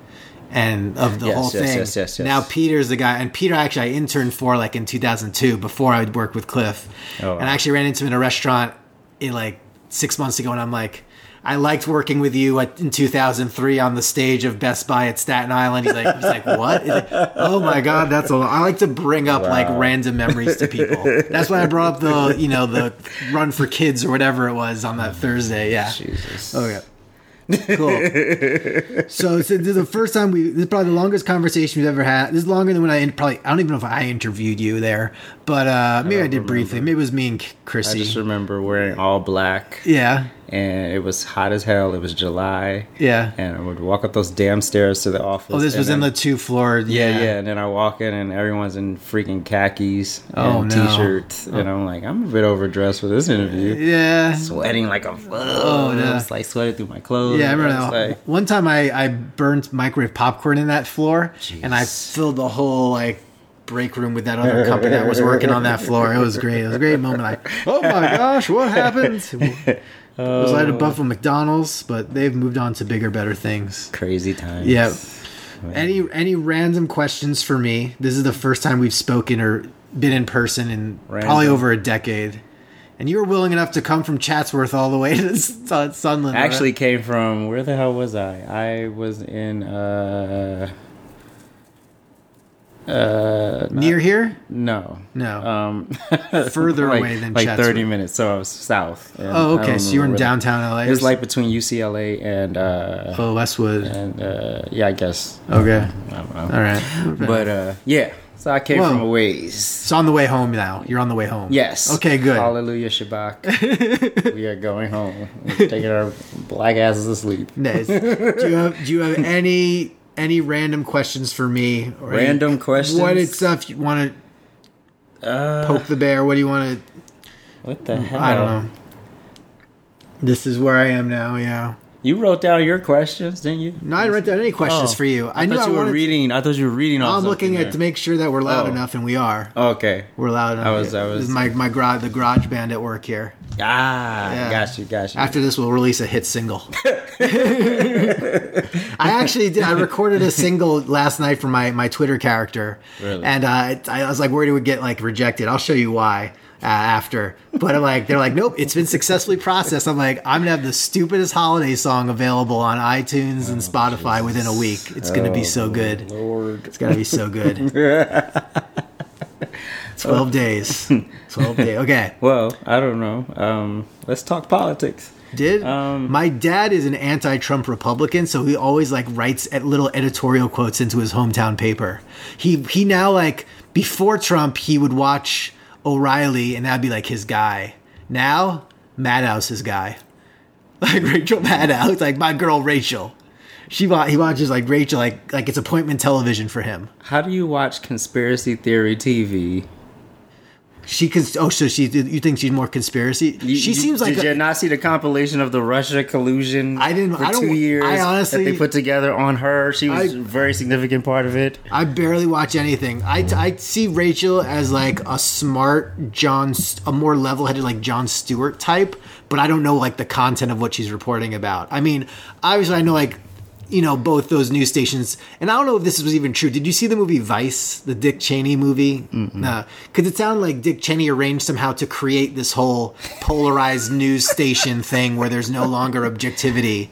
Speaker 2: And of the
Speaker 3: Yes,
Speaker 2: whole
Speaker 3: yes,
Speaker 2: thing.
Speaker 3: yes, yes, yes.
Speaker 2: Now Peter's the guy, and Peter actually I interned for like in 2002 before I worked with Cliff,
Speaker 3: Oh,
Speaker 2: and
Speaker 3: wow.
Speaker 2: I actually ran into him in a restaurant in like six months ago, and I'm like, I liked working with you at, in 2003 on the stage of Best Buy at Staten Island. He's like, he's like, what? He's like, oh my god, that's a. lot." I like to bring up like
Speaker 3: Wow.
Speaker 2: random memories to people. That's why I brought up the you know the run for kids or whatever it was on that Thursday. Yeah.
Speaker 3: Jesus.
Speaker 2: Okay. Cool. so, so this is the first time we. This is probably the longest conversation we've ever had. This is longer than when I in- probably. I don't even know if I interviewed you there, but uh maybe I, did briefly. Maybe it was me and K-
Speaker 3: I
Speaker 2: Chrissy.
Speaker 3: just remember wearing all black.
Speaker 2: yeah.
Speaker 3: and it was hot as hell. It was July.
Speaker 2: Yeah.
Speaker 3: And I would walk up those damn stairs to the office.
Speaker 2: Oh, this
Speaker 3: and
Speaker 2: was in
Speaker 3: then-
Speaker 2: the two floor.
Speaker 3: Yeah, yeah, And then I walk in, and everyone's in freaking khakis
Speaker 2: Oh,
Speaker 3: and
Speaker 2: no. Oh.
Speaker 3: t-shirts, and I'm like, I'm a bit overdressed for this interview.
Speaker 2: Yeah.
Speaker 3: Sweating like a oh,
Speaker 2: no.
Speaker 3: I was like sweating through my clothes.
Speaker 2: Yeah, I remember
Speaker 3: was
Speaker 2: that.
Speaker 3: like,
Speaker 2: One time I, I burnt microwave popcorn in that floor, and I
Speaker 3: Jeez.
Speaker 2: filled the whole like break room with that other company that was working on that floor. It was great. It was a great moment. Like, oh my gosh, what happened? It
Speaker 3: Oh.
Speaker 2: was right above a McDonald's, but they've moved on to bigger, better things.
Speaker 3: crazy times.
Speaker 2: Yeah.
Speaker 3: Man.
Speaker 2: Any any random questions for me? This is the first time we've spoken or been in person in probably
Speaker 3: Random.
Speaker 2: over a decade. And you were willing enough to come from Chatsworth all the way to Sun- Sunland.
Speaker 3: I
Speaker 2: right?
Speaker 3: actually came from where the hell was I? I was in uh uh
Speaker 2: near here?
Speaker 3: no
Speaker 2: No.
Speaker 3: um
Speaker 2: Further
Speaker 3: like,
Speaker 2: away than
Speaker 3: like
Speaker 2: Chatsworth.
Speaker 3: thirty minutes. So I was south. and
Speaker 2: Oh,
Speaker 3: I
Speaker 2: okay.
Speaker 3: don't
Speaker 2: So you were in
Speaker 3: remember where the-
Speaker 2: downtown LA.
Speaker 3: It was like between UCLA and uh,
Speaker 2: oh Westwood.
Speaker 3: and uh, yeah, I guess.
Speaker 2: Okay.
Speaker 3: I don't know.
Speaker 2: All right.
Speaker 3: But uh, yeah, so I came
Speaker 2: Whoa.
Speaker 3: from a ways.
Speaker 2: it's on the way home now. You're on the way home.
Speaker 3: Yes.
Speaker 2: Okay. Good.
Speaker 3: Hallelujah, Shabbat. we are going home. We're taking our black asses to sleep.
Speaker 2: Nice. do you have Do you have any any random questions for me? Or any-
Speaker 3: Random questions?
Speaker 2: What it's stuff you want to poke the bear? What do you want to?
Speaker 3: What the hell?
Speaker 2: I don't know. This is where I am now. Yeah.
Speaker 3: You wrote down your questions, didn't you?
Speaker 2: No, I didn't write down any questions
Speaker 3: Oh.
Speaker 2: for you. I,
Speaker 3: I
Speaker 2: knew
Speaker 3: thought
Speaker 2: I
Speaker 3: you were
Speaker 2: wanted.
Speaker 3: reading. I thought you were reading. off
Speaker 2: I'm looking
Speaker 3: something
Speaker 2: at to
Speaker 3: there.
Speaker 2: make sure that we're loud
Speaker 3: Oh.
Speaker 2: enough, and we are.
Speaker 3: Okay.
Speaker 2: We're loud enough.
Speaker 3: I was- I was-
Speaker 2: This is my my garage the garage band at work here.
Speaker 3: Ah,
Speaker 2: Yeah.
Speaker 3: got you, got you.
Speaker 2: After this, we'll release a hit single. I actually did. I recorded a single last night for my, my Twitter character,
Speaker 3: Really?
Speaker 2: and uh, I, I was like worried it would get like rejected. I'll show you why uh, after. But I'm like, they're like, nope, it's been successfully processed. I'm like, I'm gonna have the stupidest holiday song available on iTunes and Spotify within a week. It's gonna be so good.
Speaker 3: Oh, Lord.
Speaker 2: It's gotta be so good. Twelve days. Twelve days. Okay.
Speaker 3: Well, I don't know. Um, let's talk politics.
Speaker 2: Did
Speaker 3: Um,
Speaker 2: my dad is an anti-Trump Republican, so he always like writes at little editorial quotes into his hometown paper. He he now like before Trump, he would watch O'Reilly, and that'd be like his guy. Now Maddouse his guy, like Rachel Maddow, like my girl Rachel. She wa- he watches like Rachel, like like it's appointment television for him.
Speaker 3: How do you watch conspiracy theory TV?
Speaker 2: She can oh so she you think she's more conspiracy?
Speaker 3: You-
Speaker 2: she
Speaker 3: you-
Speaker 2: seems like
Speaker 3: Did
Speaker 2: a-
Speaker 3: you not see the compilation of the Russia collusion?
Speaker 2: I didn't-
Speaker 3: For
Speaker 2: I don't-
Speaker 3: two years,
Speaker 2: I honestly-
Speaker 3: that they put together on her. She was
Speaker 2: I-
Speaker 3: a very significant part of it.
Speaker 2: I barely watch anything. I, I see Rachel as like a smart John, St- a more level-headed like John Stewart type, but I don't know like the content of what she's reporting about. I mean, obviously I know like, you know, both those news stations, and I don't know if this was even true. Did you see the movie Vice, the Dick Cheney movie? Nah, because it sounded like Dick Cheney arranged somehow to create this whole polarized news station thing where there's no longer objectivity.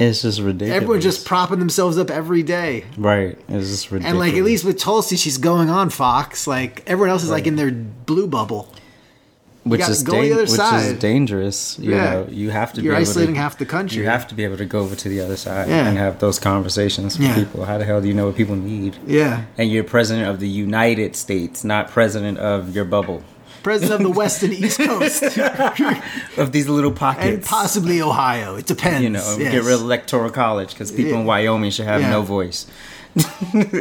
Speaker 3: It's just ridiculous.
Speaker 2: Everyone's just propping themselves up every day.
Speaker 3: right. It's just ridiculous.
Speaker 2: And like at least with Tulsi, she's going on Fox. Like everyone else is like in their blue bubble.
Speaker 3: which
Speaker 2: gotta
Speaker 3: is
Speaker 2: go the other
Speaker 3: which
Speaker 2: side.
Speaker 3: is dangerous. You
Speaker 2: Yeah.
Speaker 3: know, you have to.
Speaker 2: You're
Speaker 3: be able
Speaker 2: isolating
Speaker 3: to,
Speaker 2: half the country.
Speaker 3: You have to be able to go over to the other side
Speaker 2: Yeah.
Speaker 3: and have those conversations with
Speaker 2: Yeah.
Speaker 3: people. How the hell do you know what people need?
Speaker 2: Yeah,
Speaker 3: And you're president of the United States, not president of your bubble,
Speaker 2: president of the West and East Coast,
Speaker 3: of these little pockets.
Speaker 2: and possibly Ohio. It depends.
Speaker 3: you know,
Speaker 2: yes.
Speaker 3: get rid of electoral college because people in Wyoming should have
Speaker 2: Yeah.
Speaker 3: no voice.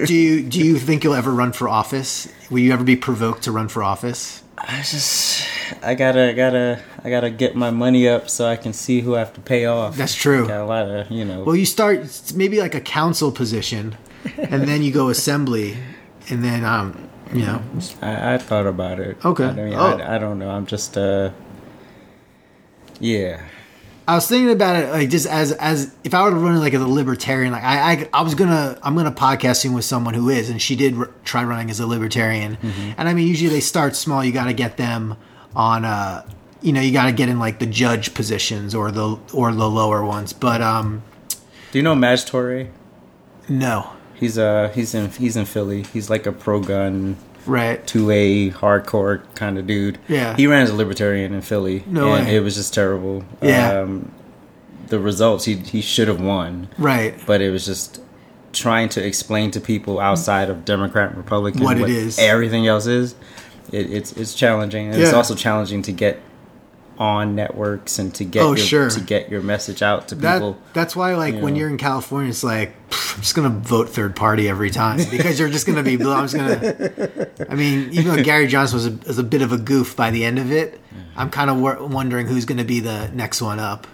Speaker 2: do you do you think you'll ever run for office? Will you ever be provoked to run for office?
Speaker 3: I just, I gotta, I gotta, I gotta get my money up so I can see who I have to pay off.
Speaker 2: That's true.
Speaker 3: Got a lot of, you know.
Speaker 2: Well, you start maybe like a council position, and then you go assembly, and then um, you know,
Speaker 3: I, I thought about it.
Speaker 2: Okay.
Speaker 3: I, mean,
Speaker 2: Oh.
Speaker 3: I, I don't know. I'm just, uh, yeah.
Speaker 2: I was thinking about it like just as as if I were to run like as a libertarian, like I, I I was gonna I'm gonna podcasting with someone who is, and she did r- try running as a libertarian, and I mean usually they start small. You got to get them on uh you know you got to get in like the judge positions or the or the lower ones, but um
Speaker 3: Do you know Maj Torre?
Speaker 2: no
Speaker 3: He's uh he's in he's in Philly. He's like a pro gun
Speaker 2: right
Speaker 3: two A hardcore kind of dude.
Speaker 2: Yeah.
Speaker 3: He ran as a libertarian in Philly.
Speaker 2: No
Speaker 3: and
Speaker 2: way.
Speaker 3: it was just terrible.
Speaker 2: Yeah.
Speaker 3: Um, the results he he should have won.
Speaker 2: right
Speaker 3: But it was just trying to explain to people outside of Democrat and Republican
Speaker 2: What it is.
Speaker 3: everything else is. It, it's it's challenging. And it's
Speaker 2: Yeah.
Speaker 3: also challenging to get on networks and to get
Speaker 2: Oh,
Speaker 3: your,
Speaker 2: sure.
Speaker 3: to get your message out to
Speaker 2: that
Speaker 3: people.
Speaker 2: that's why like when
Speaker 3: know.
Speaker 2: you're in California, it's like "Pff, I'm just gonna vote third party every time because you're just gonna be. I'm just gonna. I mean, even though Gary Johnson was a, was a bit of a goof by the end of it, I'm kind of wor- wondering who's gonna be the next one up.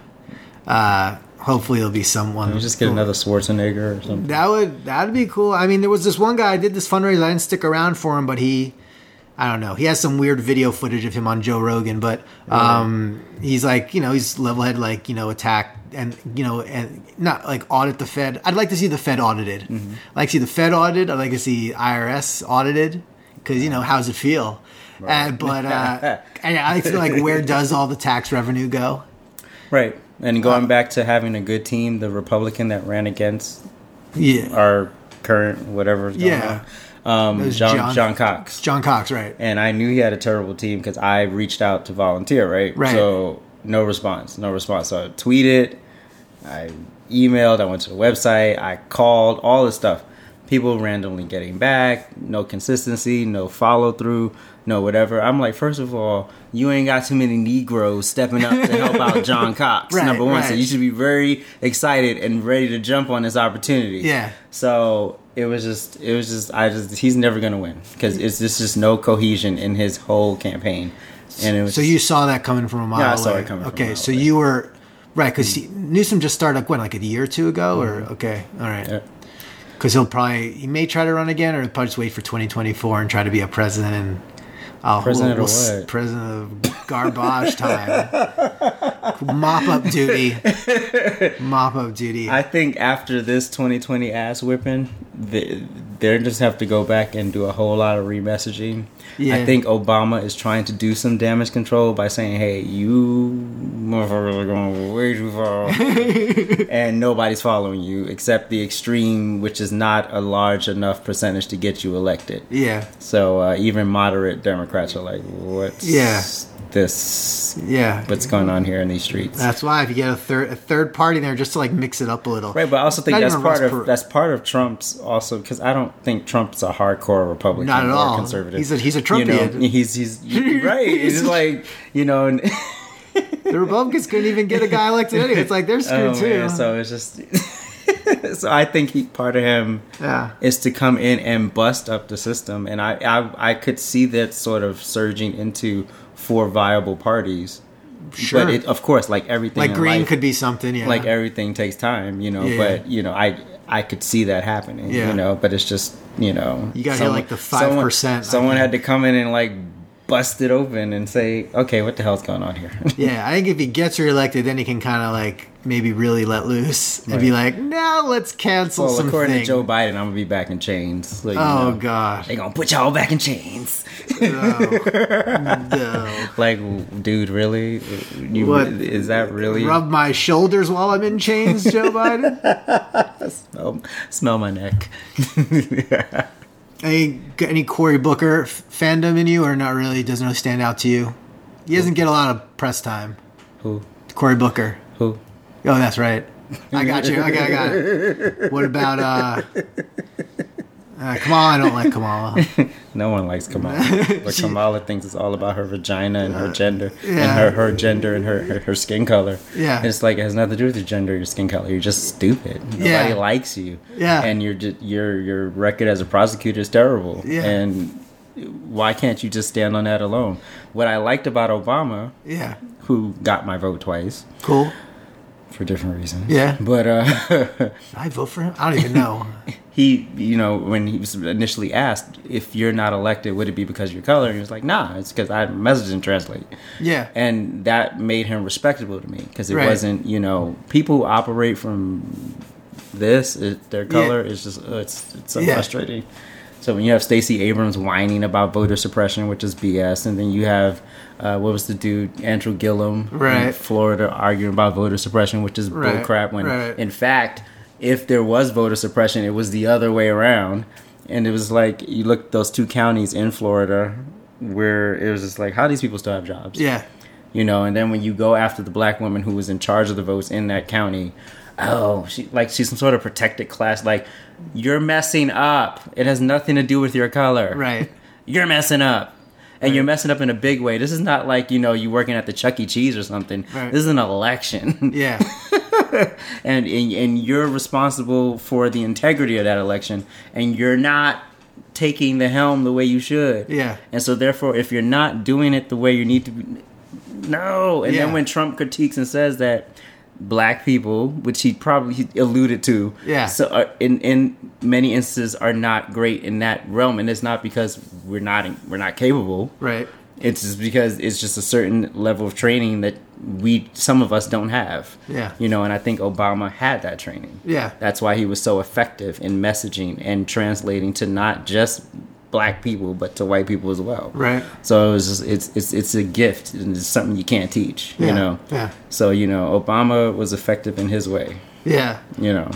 Speaker 2: Uh, hopefully, it'll be someone.
Speaker 3: You just get another Schwarzenegger or something.
Speaker 2: That would that'd be cool. I mean, there was this one guy. I did this fundraiser. I didn't stick around for him, but he, I don't know. He has some weird video footage of him on Joe Rogan. But um, he's like, you know, he's level head, like you know, attack and you know, and not like audit the Fed. I'd like to see the Fed audited. I'd like to see the Fed audited. I'd like to see IRS audited because you know, how's it feel? And- but uh, and I like to know, like where does all the tax revenue go?
Speaker 3: Right. And going back to having a good team, the Republican that ran against
Speaker 2: Yeah,
Speaker 3: our current whatever's going
Speaker 2: Yeah.
Speaker 3: on, um,
Speaker 2: was
Speaker 3: John,
Speaker 2: John-
Speaker 3: John Cox.
Speaker 2: John Cox, right?
Speaker 3: And I knew he had a terrible team because I reached out to volunteer, right?
Speaker 2: Right.
Speaker 3: So no response, no response. So I tweeted, I emailed, I went to the website, I called, all this stuff. People randomly getting back, no consistency, no follow through, no whatever. I'm like, first of all, you ain't got too many Negroes stepping up to help out John Cox,
Speaker 2: Right,
Speaker 3: number one. So
Speaker 2: right.
Speaker 3: you should be very excited and ready to jump on this opportunity.
Speaker 2: Yeah.
Speaker 3: So it was just, it was just, I just, he's never gonna win because it's just, just no cohesion in his whole campaign. And it was
Speaker 2: So you saw that coming from a mile
Speaker 3: Yeah, I
Speaker 2: away.
Speaker 3: saw it coming from a
Speaker 2: okay,
Speaker 3: mile
Speaker 2: so
Speaker 3: away. Mm-hmm.
Speaker 2: you were right because Newsom just started like when like a year or two ago, or okay, all
Speaker 3: Yeah.
Speaker 2: right, because he'll probably he may try to run again, or he'll probably just wait for twenty twenty four and try to be a president and. Uh,
Speaker 3: President of
Speaker 2: s-
Speaker 3: what?
Speaker 2: President of garbage time. Mop up duty. Mop up duty.
Speaker 3: I think after this 2020 ass whipping, the- they're just have to go back and do a whole lot of remessaging.
Speaker 2: Yeah.
Speaker 3: I think Obama is trying to do some damage control by saying, "Hey, you motherfuckers are going way too far," and nobody's following you except the extreme, which is not a large enough percentage to get you elected.
Speaker 2: yeah.
Speaker 3: So uh, even moderate Democrats are like, "What's
Speaker 2: Yeah.
Speaker 3: this?
Speaker 2: Yeah.
Speaker 3: What's going on here in these streets?"
Speaker 2: That's why if you get a third a third party there just to like mix it up a little.
Speaker 3: Right, but I also think
Speaker 2: Not
Speaker 3: that's
Speaker 2: even
Speaker 3: part
Speaker 2: Ross
Speaker 3: of
Speaker 2: Perot.
Speaker 3: that's part of Trump's also because I don't think Trump's a hardcore Republican,
Speaker 2: Not at
Speaker 3: or
Speaker 2: all.
Speaker 3: conservative.
Speaker 2: He's a- he's a
Speaker 3: You know,
Speaker 2: Trumpian.
Speaker 3: he's he's right. He's like you know. And, oh,
Speaker 2: The Republicans couldn't even get a guy elected anyway. It's like they're screwed
Speaker 3: oh,
Speaker 2: too.
Speaker 3: man, so it's just. so I think he part of him
Speaker 2: Yeah.
Speaker 3: is to come in and bust up the system, and I I, I could see that sort of surging into four viable parties.
Speaker 2: Sure.
Speaker 3: But it, of course, like everything,
Speaker 2: like
Speaker 3: in
Speaker 2: green
Speaker 3: life,
Speaker 2: could be something yeah
Speaker 3: like everything takes time, you know.
Speaker 2: Yeah.
Speaker 3: But you know, I I could see that happening,
Speaker 2: Yeah.
Speaker 3: you know. But it's just you know,
Speaker 2: You gotta hit,
Speaker 3: someone-
Speaker 2: like, the
Speaker 3: someone-
Speaker 2: 5%, I
Speaker 3: Someone
Speaker 2: think.
Speaker 3: had to come in and like bust it open and say, okay, what the hell's going on here?
Speaker 2: yeah i think if he gets reelected then he can kind of like maybe really let loose and be like now let's cancel
Speaker 3: well,
Speaker 2: some
Speaker 3: according
Speaker 2: thing
Speaker 3: to Joe Biden, I'm gonna be back in chains. Like, you
Speaker 2: oh
Speaker 3: know,
Speaker 2: gosh
Speaker 3: they gonna put y'all back in chains.
Speaker 2: Oh, no.
Speaker 3: Like, dude, really? You,
Speaker 2: What?
Speaker 3: is that really?
Speaker 2: rub my shoulders while i'm in chains joe biden
Speaker 3: Smell, Oh, smell my neck.
Speaker 2: any any cory booker f- fandom in you or not really doesn't really stand out to you he doesn't get a lot of press time
Speaker 3: Who?
Speaker 2: cory booker oh
Speaker 3: Who?
Speaker 2: that's right i got you okay i got it what about uh, uh kamala i don't like kamala
Speaker 3: No one likes Kamala. But Kamala thinks it's all about her vagina and her gender and her, her gender and her, her, her skin color.
Speaker 2: Yeah.
Speaker 3: And it's like it has nothing to do with your gender, or your skin color. You're just stupid. Nobody
Speaker 2: Yeah.
Speaker 3: likes you.
Speaker 2: Yeah.
Speaker 3: And your your your record as a prosecutor is terrible.
Speaker 2: Yeah.
Speaker 3: And why can't you just stand on that alone? What I liked about Obama,
Speaker 2: Yeah.
Speaker 3: who got my vote twice
Speaker 2: Cool.
Speaker 3: for different reasons.
Speaker 2: Yeah.
Speaker 3: But uh
Speaker 2: Did I vote for him? I don't even know.
Speaker 3: he, you know, when he was initially asked if you're not elected, would it be because of your color? And he was like, Nah, it's because I message didn't translate,
Speaker 2: yeah.
Speaker 3: and that made him respectable to me because it
Speaker 2: Right.
Speaker 3: wasn't, you know, people operate from this it, their color is just uh, it's it's so
Speaker 2: Yeah.
Speaker 3: frustrating. So when you have Stacey Abrams whining about voter suppression, which is BS, and then you have uh, what was the dude Andrew Gillum in
Speaker 2: Right.
Speaker 3: Florida arguing about voter suppression, which is
Speaker 2: Right,
Speaker 3: bull crap. When
Speaker 2: right.
Speaker 3: in fact, if there was voter suppression, it was the other way around. And it was like you look at those two counties in Florida where it was just like, how do these people still have jobs?
Speaker 2: yeah.
Speaker 3: You know, and then when you go after the black woman who was in charge of the votes in that county, oh, she like she's some sort of protected class. Like you're messing up. It has nothing to do with your color.
Speaker 2: Right.
Speaker 3: You're messing up. And you're messing up in a big way. This is not like, you know, you working at the Chuck E. Cheese or something.
Speaker 2: Right.
Speaker 3: This is an election.
Speaker 2: Yeah.
Speaker 3: and, and and you're responsible for the integrity of that election and you're not taking the helm the way you should
Speaker 2: Yeah.
Speaker 3: and so therefore if you're not doing it the way you need to be no and
Speaker 2: Yeah.
Speaker 3: then when trump critiques and says that black people which he probably he alluded to
Speaker 2: Yeah.
Speaker 3: so are, in in many instances are not great in that realm and it's not because we're not we're not capable
Speaker 2: Right.
Speaker 3: it's just because it's just a certain level of training that we some of us don't have.
Speaker 2: Yeah.
Speaker 3: You know, and I think Obama had that training.
Speaker 2: Yeah.
Speaker 3: That's why he was so effective in messaging and translating to not just black people but to white people as well.
Speaker 2: Right.
Speaker 3: So it was just, it's it's it's a gift and it's something you can't teach,
Speaker 2: Yeah,
Speaker 3: you know.
Speaker 2: yeah.
Speaker 3: So, you know, Obama was effective in his way,
Speaker 2: Yeah.
Speaker 3: you know.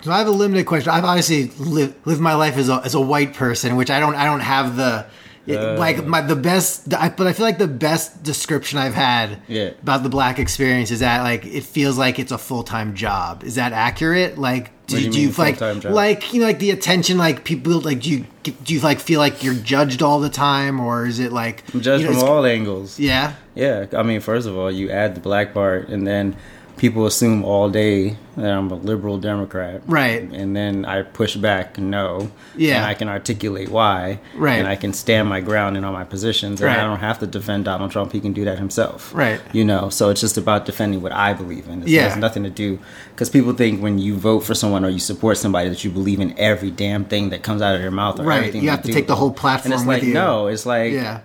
Speaker 2: So I have a limited question. I've obviously lived lived my life as a as a white person, which I don't I don't have the it-
Speaker 3: Uh.
Speaker 2: like my the best. I, but I feel like the best description I've had
Speaker 3: Yeah.
Speaker 2: about the black experience is that like it feels like it's a full time job. Is that accurate? Like. Do,
Speaker 3: What do
Speaker 2: you,
Speaker 3: you
Speaker 2: do you
Speaker 3: mean,
Speaker 2: like
Speaker 3: full-time job?
Speaker 2: like you know like the attention like people like do you do you like feel like you're judged all the time or is it like
Speaker 3: Judged
Speaker 2: you know,
Speaker 3: from
Speaker 2: it's-
Speaker 3: all angles.
Speaker 2: yeah
Speaker 3: Yeah, I mean, first of all, you add the black part, and then people assume all day that I'm a liberal Democrat.
Speaker 2: Right.
Speaker 3: And then I push back, no.
Speaker 2: Yeah.
Speaker 3: And I can articulate why.
Speaker 2: Right.
Speaker 3: And I can stand my ground in all my positions, and
Speaker 2: Right.
Speaker 3: I don't have to defend Donald Trump. He can do that himself.
Speaker 2: Right.
Speaker 3: You know, so it's just about defending what I believe in. It
Speaker 2: Yeah.
Speaker 3: has nothing to do because people think when you vote for someone or you support somebody that you believe in every damn thing that comes out of their mouth. Or
Speaker 2: Right.
Speaker 3: everything
Speaker 2: You
Speaker 3: they
Speaker 2: have to
Speaker 3: do.
Speaker 2: take the whole
Speaker 3: And
Speaker 2: platform
Speaker 3: it's
Speaker 2: with
Speaker 3: like
Speaker 2: you.
Speaker 3: no, it's like
Speaker 2: Yeah.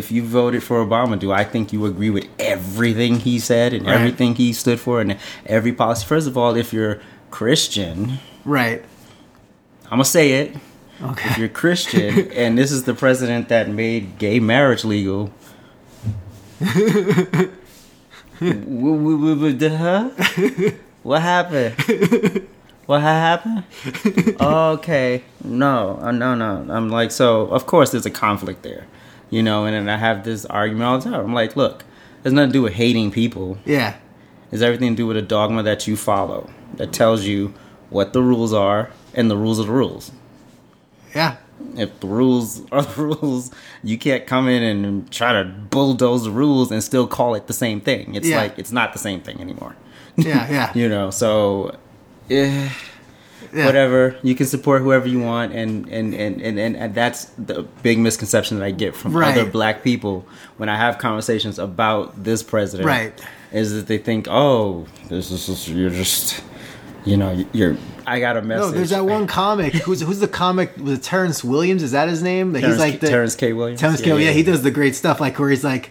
Speaker 3: if you voted for Obama, do I think you agree with everything he said and
Speaker 2: Right.
Speaker 3: everything he stood for and every policy? First of all, if you're Christian,
Speaker 2: right
Speaker 3: I'm gonna say it.
Speaker 2: okay
Speaker 3: If you're Christian, and this is the president that made gay marriage legal. W- w- w- w- d- huh? What happened? What ha- happened? Okay, no, uh, no, no. I'm like, so of course there's a conflict there, you know. And then I have this argument all the time. I'm like, look, there's nothing to do with hating people
Speaker 2: yeah
Speaker 3: is everything to do with a dogma that you follow that tells you what the rules are and the rules are the rules.
Speaker 2: yeah
Speaker 3: If the rules are the rules, you can't come in and try to bulldoze the rules and still call it the same thing. It's
Speaker 2: Yeah.
Speaker 3: like it's not the same thing anymore.
Speaker 2: yeah yeah,
Speaker 3: You know, so eh,
Speaker 2: yeah.
Speaker 3: whatever you can support whoever you want and and, and, and and and that's the big misconception that i get from
Speaker 2: Right.
Speaker 3: other black people when i have conversations about this president
Speaker 2: Right.
Speaker 3: is that they think oh this is just, you're just you know you're i got a message
Speaker 2: No, there's that one comic. Who's who's the comic? Was it Terrence Williams? Is that his name? That he's
Speaker 3: Terrence-
Speaker 2: like the
Speaker 3: Terrence K. Williams?
Speaker 2: Terrence K.
Speaker 3: Yeah,
Speaker 2: Yeah,
Speaker 3: yeah.
Speaker 2: he does the great stuff. Like where he's like,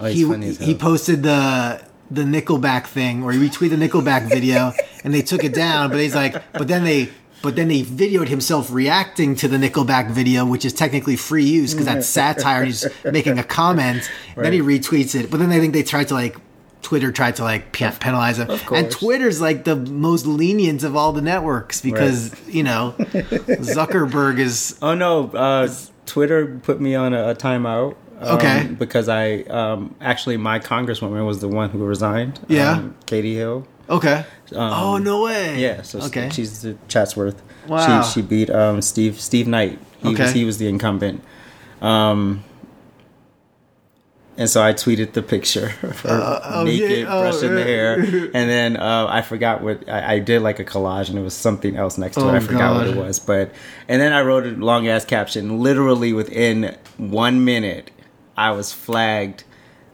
Speaker 3: Oh, he's
Speaker 2: he
Speaker 3: funny as
Speaker 2: he
Speaker 3: hell.
Speaker 2: posted the the Nickelback thing, or he retweeted the Nickelback video, and they took it down. But he's like, but then they. But then they videoed himself reacting to the Nickelback video, which is technically free use because that's satire. and He's making a comment, then he retweets it. But then I think they tried to like Twitter tried to like pe- penalize him, and
Speaker 3: course.
Speaker 2: Twitter's like the most lenient of all the networks because you know Zuckerberg is
Speaker 3: oh no uh, twitter put me on a, a timeout um,
Speaker 2: Okay.
Speaker 3: because i um, actually my congresswoman was the one who resigned
Speaker 2: Yeah.
Speaker 3: um, katie hill
Speaker 2: okay. oh no way!
Speaker 3: Um, Yeah, so
Speaker 2: okay.
Speaker 3: okay. she's the Chatsworth.
Speaker 2: Wow.
Speaker 3: She she beat um Steve Steve Knight He
Speaker 2: Okay.
Speaker 3: was he was the incumbent. Um, and so I tweeted the picture of her
Speaker 2: oh,
Speaker 3: naked,
Speaker 2: yeah, oh,
Speaker 3: brushing the
Speaker 2: yeah.
Speaker 3: hair, and then uh, I forgot what I, I did like a collage, and it was something else next to
Speaker 2: Oh,
Speaker 3: it. I forgot what
Speaker 2: God.
Speaker 3: it was, but and then I wrote a long ass caption. Literally within one minute, I was flagged.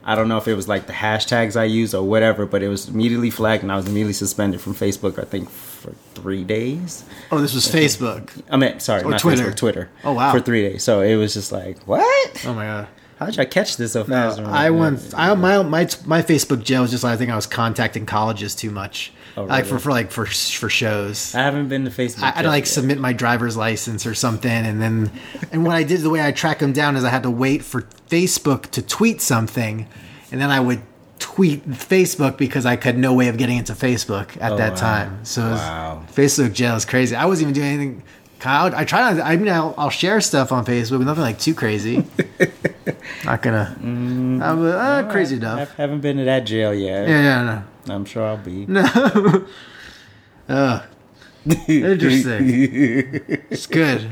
Speaker 3: I don't know if it was like the hashtags I used or whatever, but it was immediately flagged, and I was immediately suspended from Facebook. I think for three days.
Speaker 2: Oh, this was Facebook.
Speaker 3: I mean, sorry,
Speaker 2: Or
Speaker 3: not
Speaker 2: Twitter.
Speaker 3: Twitter. Facebook, Twitter.
Speaker 2: Oh, wow.
Speaker 3: for three days. So it was just like, what?
Speaker 2: Oh my god.
Speaker 3: How did y'all catch this so
Speaker 2: No,
Speaker 3: fast?
Speaker 2: I went. I my my my Facebook jail was just like I think I was contacting colleges too much,
Speaker 3: Oh,
Speaker 2: like
Speaker 3: really?
Speaker 2: for, for like for for shows.
Speaker 3: I haven't been to Facebook.
Speaker 2: I, I'd like
Speaker 3: just yet.
Speaker 2: submit my driver's license or something, and then and what I did the way I track them down is I had to wait for Facebook to tweet something, and then I would tweet Facebook because I had no way of getting into Facebook at
Speaker 3: Oh,
Speaker 2: that
Speaker 3: wow.
Speaker 2: time. So it was,
Speaker 3: Wow.
Speaker 2: Facebook jail is crazy. I wasn't even doing anything. Kyle, I try not. I mean, I'll, I'll share stuff on Facebook, but nothing like too crazy. not gonna. I'm, uh, crazy
Speaker 3: Mm, I
Speaker 2: enough.
Speaker 3: haven't been to that jail yet.
Speaker 2: Yeah, yeah, no.
Speaker 3: I'm sure I'll be.
Speaker 2: Interesting. it's good.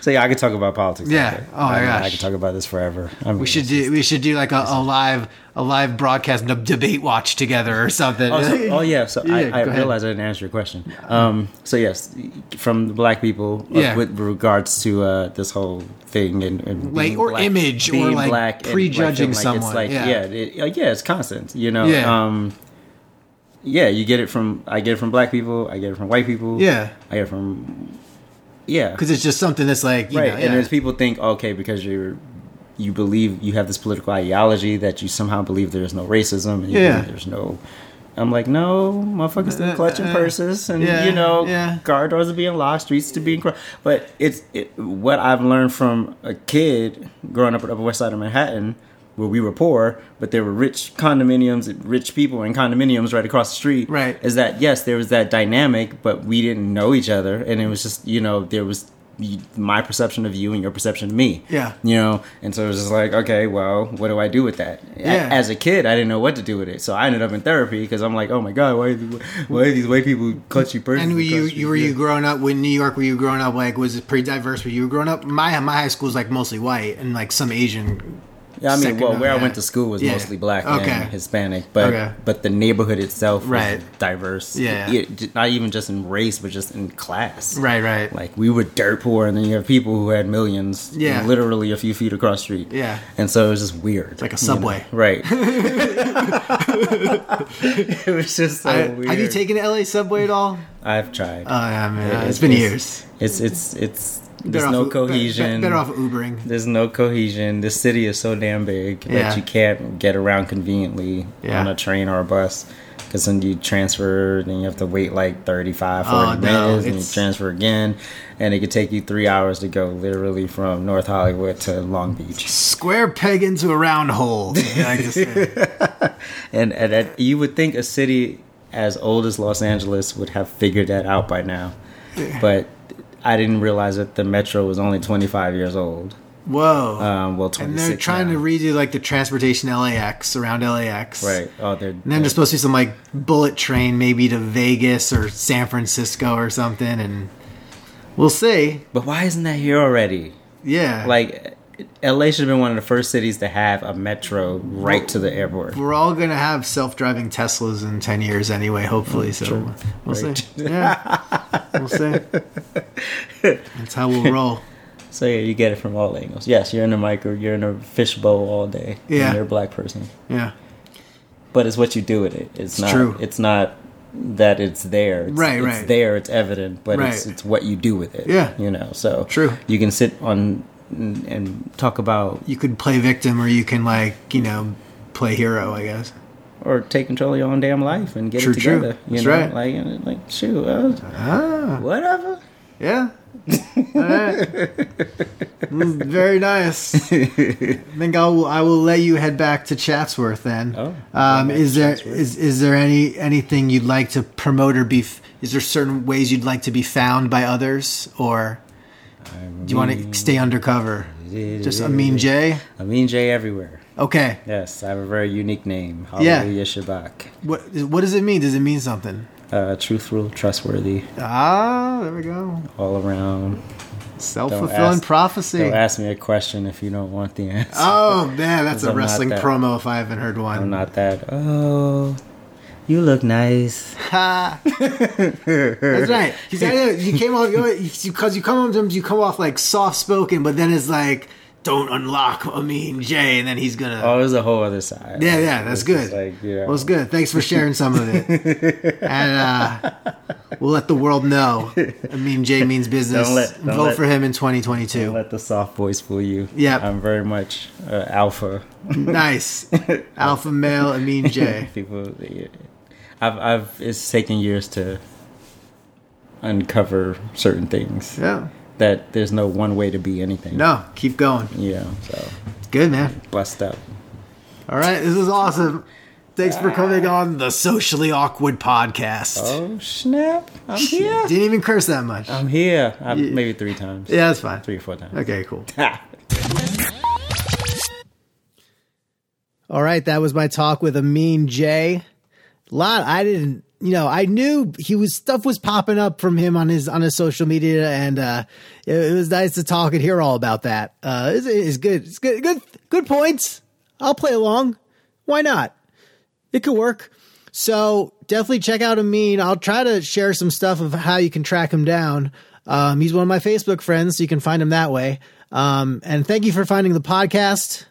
Speaker 3: So yeah, I could talk about politics.
Speaker 2: Yeah.
Speaker 3: all day.
Speaker 2: Oh, my
Speaker 3: I mean, I
Speaker 2: gosh.
Speaker 3: could talk about this forever. I mean,
Speaker 2: We should do we should do like a, a live a live broadcast and a debate watch together or something.
Speaker 3: Oh, so- oh, yeah. So
Speaker 2: Yeah,
Speaker 3: I, I
Speaker 2: go ahead.
Speaker 3: realized I didn't answer your question. Um, so yes, from the black people uh,
Speaker 2: Yeah.
Speaker 3: with regards to uh, this whole thing and, and
Speaker 2: Like,
Speaker 3: being
Speaker 2: or
Speaker 3: black-
Speaker 2: image or,
Speaker 3: being
Speaker 2: like,
Speaker 3: black and,
Speaker 2: prejudging
Speaker 3: feeling
Speaker 2: someone,
Speaker 3: Like,
Speaker 2: yeah.
Speaker 3: it's like yeah, it, uh, yeah, it's constant. You know.
Speaker 2: Yeah.
Speaker 3: Um, yeah, you get it from I get it from black people. I get it from white people.
Speaker 2: Yeah.
Speaker 3: I get it from yeah.
Speaker 2: because it's just something that's like you
Speaker 3: right
Speaker 2: know,
Speaker 3: and
Speaker 2: yeah.
Speaker 3: there's people think okay because you're you believe you have this political ideology that you somehow believe there's no racism and you
Speaker 2: Yeah.
Speaker 3: believe there's no I'm like, no, motherfuckers still clutching
Speaker 2: uh,
Speaker 3: purses, and
Speaker 2: yeah,
Speaker 3: you know,
Speaker 2: yeah.
Speaker 3: car doors are being locked, streets to being crossed. But it's it, what I've learned from a kid growing up at Upper West Side of Manhattan, where we were poor, but there were rich condominiums, rich people in condominiums right across the street.
Speaker 2: Right.
Speaker 3: is that yes, there was that dynamic, but we didn't know each other, and it was just you know there was y- my perception of you and your perception of me.
Speaker 2: Yeah.
Speaker 3: you know, and so it was just like, okay, well, what do I do with that? A-
Speaker 2: Yeah.
Speaker 3: As a kid, I didn't know what to do with it, so I ended up in therapy because I'm like, oh my god, why, why are these white people clutchy person?
Speaker 2: and were you, you were you growing up when New York were you growing up like was it pretty diverse were you growing up my my high school was like mostly white and like some Asian
Speaker 3: Yeah, I mean,
Speaker 2: second
Speaker 3: well,
Speaker 2: of
Speaker 3: where I
Speaker 2: that.
Speaker 3: went to school was
Speaker 2: Yeah.
Speaker 3: mostly black
Speaker 2: Okay.
Speaker 3: and Hispanic, but
Speaker 2: Okay.
Speaker 3: but the neighborhood itself was
Speaker 2: Right.
Speaker 3: diverse.
Speaker 2: Yeah.
Speaker 3: It- it- not even just in race, but just in class.
Speaker 2: right right
Speaker 3: Like we were dirt poor, and then you have people who had millions.
Speaker 2: Yeah.
Speaker 3: literally a few feet across the street.
Speaker 2: Yeah.
Speaker 3: and so it was just weird.
Speaker 2: like a subway.
Speaker 3: right? it was just so
Speaker 2: I-
Speaker 3: weird.
Speaker 2: have you taken the LA subway at all
Speaker 3: I've tried.
Speaker 2: oh yeah man
Speaker 3: It-
Speaker 2: it's been years
Speaker 3: It's it's it's. There's
Speaker 2: Better
Speaker 3: no
Speaker 2: off-
Speaker 3: cohesion.
Speaker 2: better, better off Ubering
Speaker 3: There's no cohesion. This city is so damn big
Speaker 2: Yeah.
Speaker 3: that you can't get around conveniently
Speaker 2: Yeah.
Speaker 3: on a train or a bus. Because then you transfer, then you have to wait like 35, 40
Speaker 2: Oh, no,
Speaker 3: minutes, and you
Speaker 2: it's-
Speaker 3: transfer again. And it could take you three hours to go literally from North Hollywood to Long Beach.
Speaker 2: square peg into a round hole I like to say.
Speaker 3: And, and, that- you would think a city as old as Los Angeles would have figured that out by now. But I didn't realize that the metro was only 25 years old.
Speaker 2: whoa
Speaker 3: Um, well, 26
Speaker 2: and they're trying
Speaker 3: now.
Speaker 2: to redo like the transportation LAX around LAX
Speaker 3: Right. Oh, they're.
Speaker 2: And then there's supposed to be some like bullet train maybe to Vegas or San Francisco or something, and we'll see.
Speaker 3: But why isn't that here already?
Speaker 2: Yeah,
Speaker 3: Like, LA should have been one of the first cities to have a metro right to the airport.
Speaker 2: we're all gonna have self-driving Teslas in ten years anyway, hopefully. So we'll
Speaker 3: Oh, Right.
Speaker 2: see. Yeah, we'll see. That's how we'll roll.
Speaker 3: So yeah, you get it from all angles. Yes, you're in a micro, you're in a fishbowl all day. and
Speaker 2: Yeah.
Speaker 3: you're a black person,
Speaker 2: Yeah,
Speaker 3: but it's what you do with it. It's, not.
Speaker 2: true.
Speaker 3: It's not that it's there. It's,
Speaker 2: Right,
Speaker 3: It's
Speaker 2: right.
Speaker 3: there. It's evident, but it's
Speaker 2: Right.
Speaker 3: it's what you do with it.
Speaker 2: Yeah.
Speaker 3: You know. So
Speaker 2: True.
Speaker 3: You can sit on and, and talk about
Speaker 2: you could play victim, or you can like you know play hero. I guess.
Speaker 3: or take control of your own damn life and get
Speaker 2: True,
Speaker 3: it together.
Speaker 2: true.
Speaker 3: You
Speaker 2: That's
Speaker 3: know,
Speaker 2: right. Ah.
Speaker 3: like and, like shoot, uh, whatever.
Speaker 2: Yeah. All right. Mm, Very nice. I think I'll I will let you head back to Chatsworth then.
Speaker 3: Oh,
Speaker 2: um, is there is is there any anything you'd like to promote or be? f- Is there certain ways you'd like to be found by others, or do you want to stay undercover? Just a mean Jay.
Speaker 3: I mean Jay everywhere.
Speaker 2: Okay.
Speaker 3: Yes, I have a very unique name.
Speaker 2: Yeah.
Speaker 3: Hallelujah Shabak.
Speaker 2: What what does it mean? Does it mean something?
Speaker 3: Uh, truthful, trustworthy,
Speaker 2: Ah, there we go.
Speaker 3: all around
Speaker 5: Self
Speaker 3: Don't
Speaker 5: fulfilling
Speaker 3: ask-
Speaker 5: prophecy.
Speaker 3: Don't ask me a question if you don't want the answer.
Speaker 5: Oh man, that's a
Speaker 3: I'm not
Speaker 5: wrestling
Speaker 3: that-
Speaker 5: promo if I haven't heard one.
Speaker 3: I'm not that. Oh, you look nice.
Speaker 5: Ha. That's right. 'Cause I know you came off because you come off sometimes you come off like soft spoken, but then it's like don't unlock Amin J, and then he's gonna.
Speaker 3: Oh, there's a whole other side.
Speaker 5: yeah, yeah, that's
Speaker 3: It's just
Speaker 5: good.
Speaker 3: Like, you know,
Speaker 5: Well, it's good. Thanks for sharing some of it, and uh, we'll let the world know. Amin J means business.
Speaker 3: Don't let- don't
Speaker 5: Vote
Speaker 3: let-
Speaker 5: for him in 2022.
Speaker 3: let the soft voice fool you.
Speaker 5: Yep.
Speaker 3: I'm very much uh, alpha.
Speaker 5: Nice, alpha male Amin J.
Speaker 3: People, I've, I've, it's taken years to uncover certain things
Speaker 5: Yeah.
Speaker 3: that there's no one way to be anything.
Speaker 5: No, keep going.
Speaker 3: Yeah. So
Speaker 5: It's good, man.
Speaker 3: blessed up.
Speaker 5: All right, this is awesome. Thanks for coming on the Socially Awkward podcast.
Speaker 3: Oh snap! I'm here.
Speaker 5: Didn't even curse that much.
Speaker 3: I'm here. i Maybe three times.
Speaker 5: yeah, that's fine.
Speaker 3: Oh. Three or four times.
Speaker 5: Okay, cool.
Speaker 3: Ha.
Speaker 2: All right, that was my talk with a mean Jay. Lot I didn't, you know, I knew he was stuff was popping up from him on his on his social media, and uh, it, it was nice to talk and hear all about that. Uh, it's, it's good, it's good, good, good points. I'll play along. Why not? It could work. So definitely check out Amin. I'll try to share some stuff of how you can track him down. Um, he's one of my Facebook friends, so you can find him that way. Um, and thank you for finding the podcast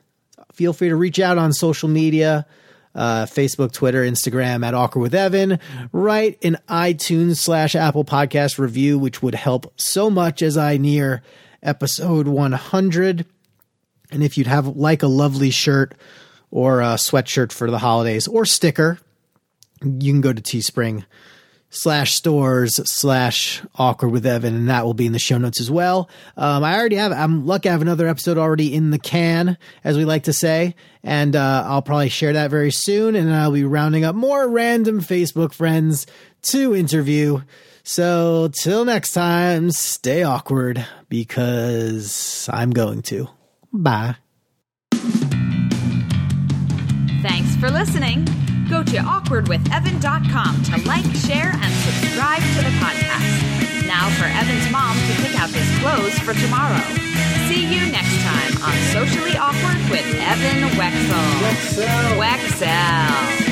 Speaker 2: feel free to reach out on social media uh, facebook twitter instagram at awkward with evan write an itunes slash apple podcast review which would help so much as i near episode 100 and if you'd have like a lovely shirt or a sweatshirt for the holidays or sticker you can go to teespring slash stores slash awkward with Evan, and that will be in the show notes as well. Um, I already have, I'm lucky I have another episode already in the can, as we like to say, and uh, I'll probably share that very soon. And I'll be rounding up more random Facebook friends to interview. So till next time, stay awkward because I'm going to. Bye.
Speaker 1: Thanks for listening. Go to awkwardwithevan.com to like, share, and subscribe to the podcast. Now for Evan's mom to pick out his clothes for tomorrow. See you next time on Socially Awkward with Evan Wexel. Wexel. Wexel.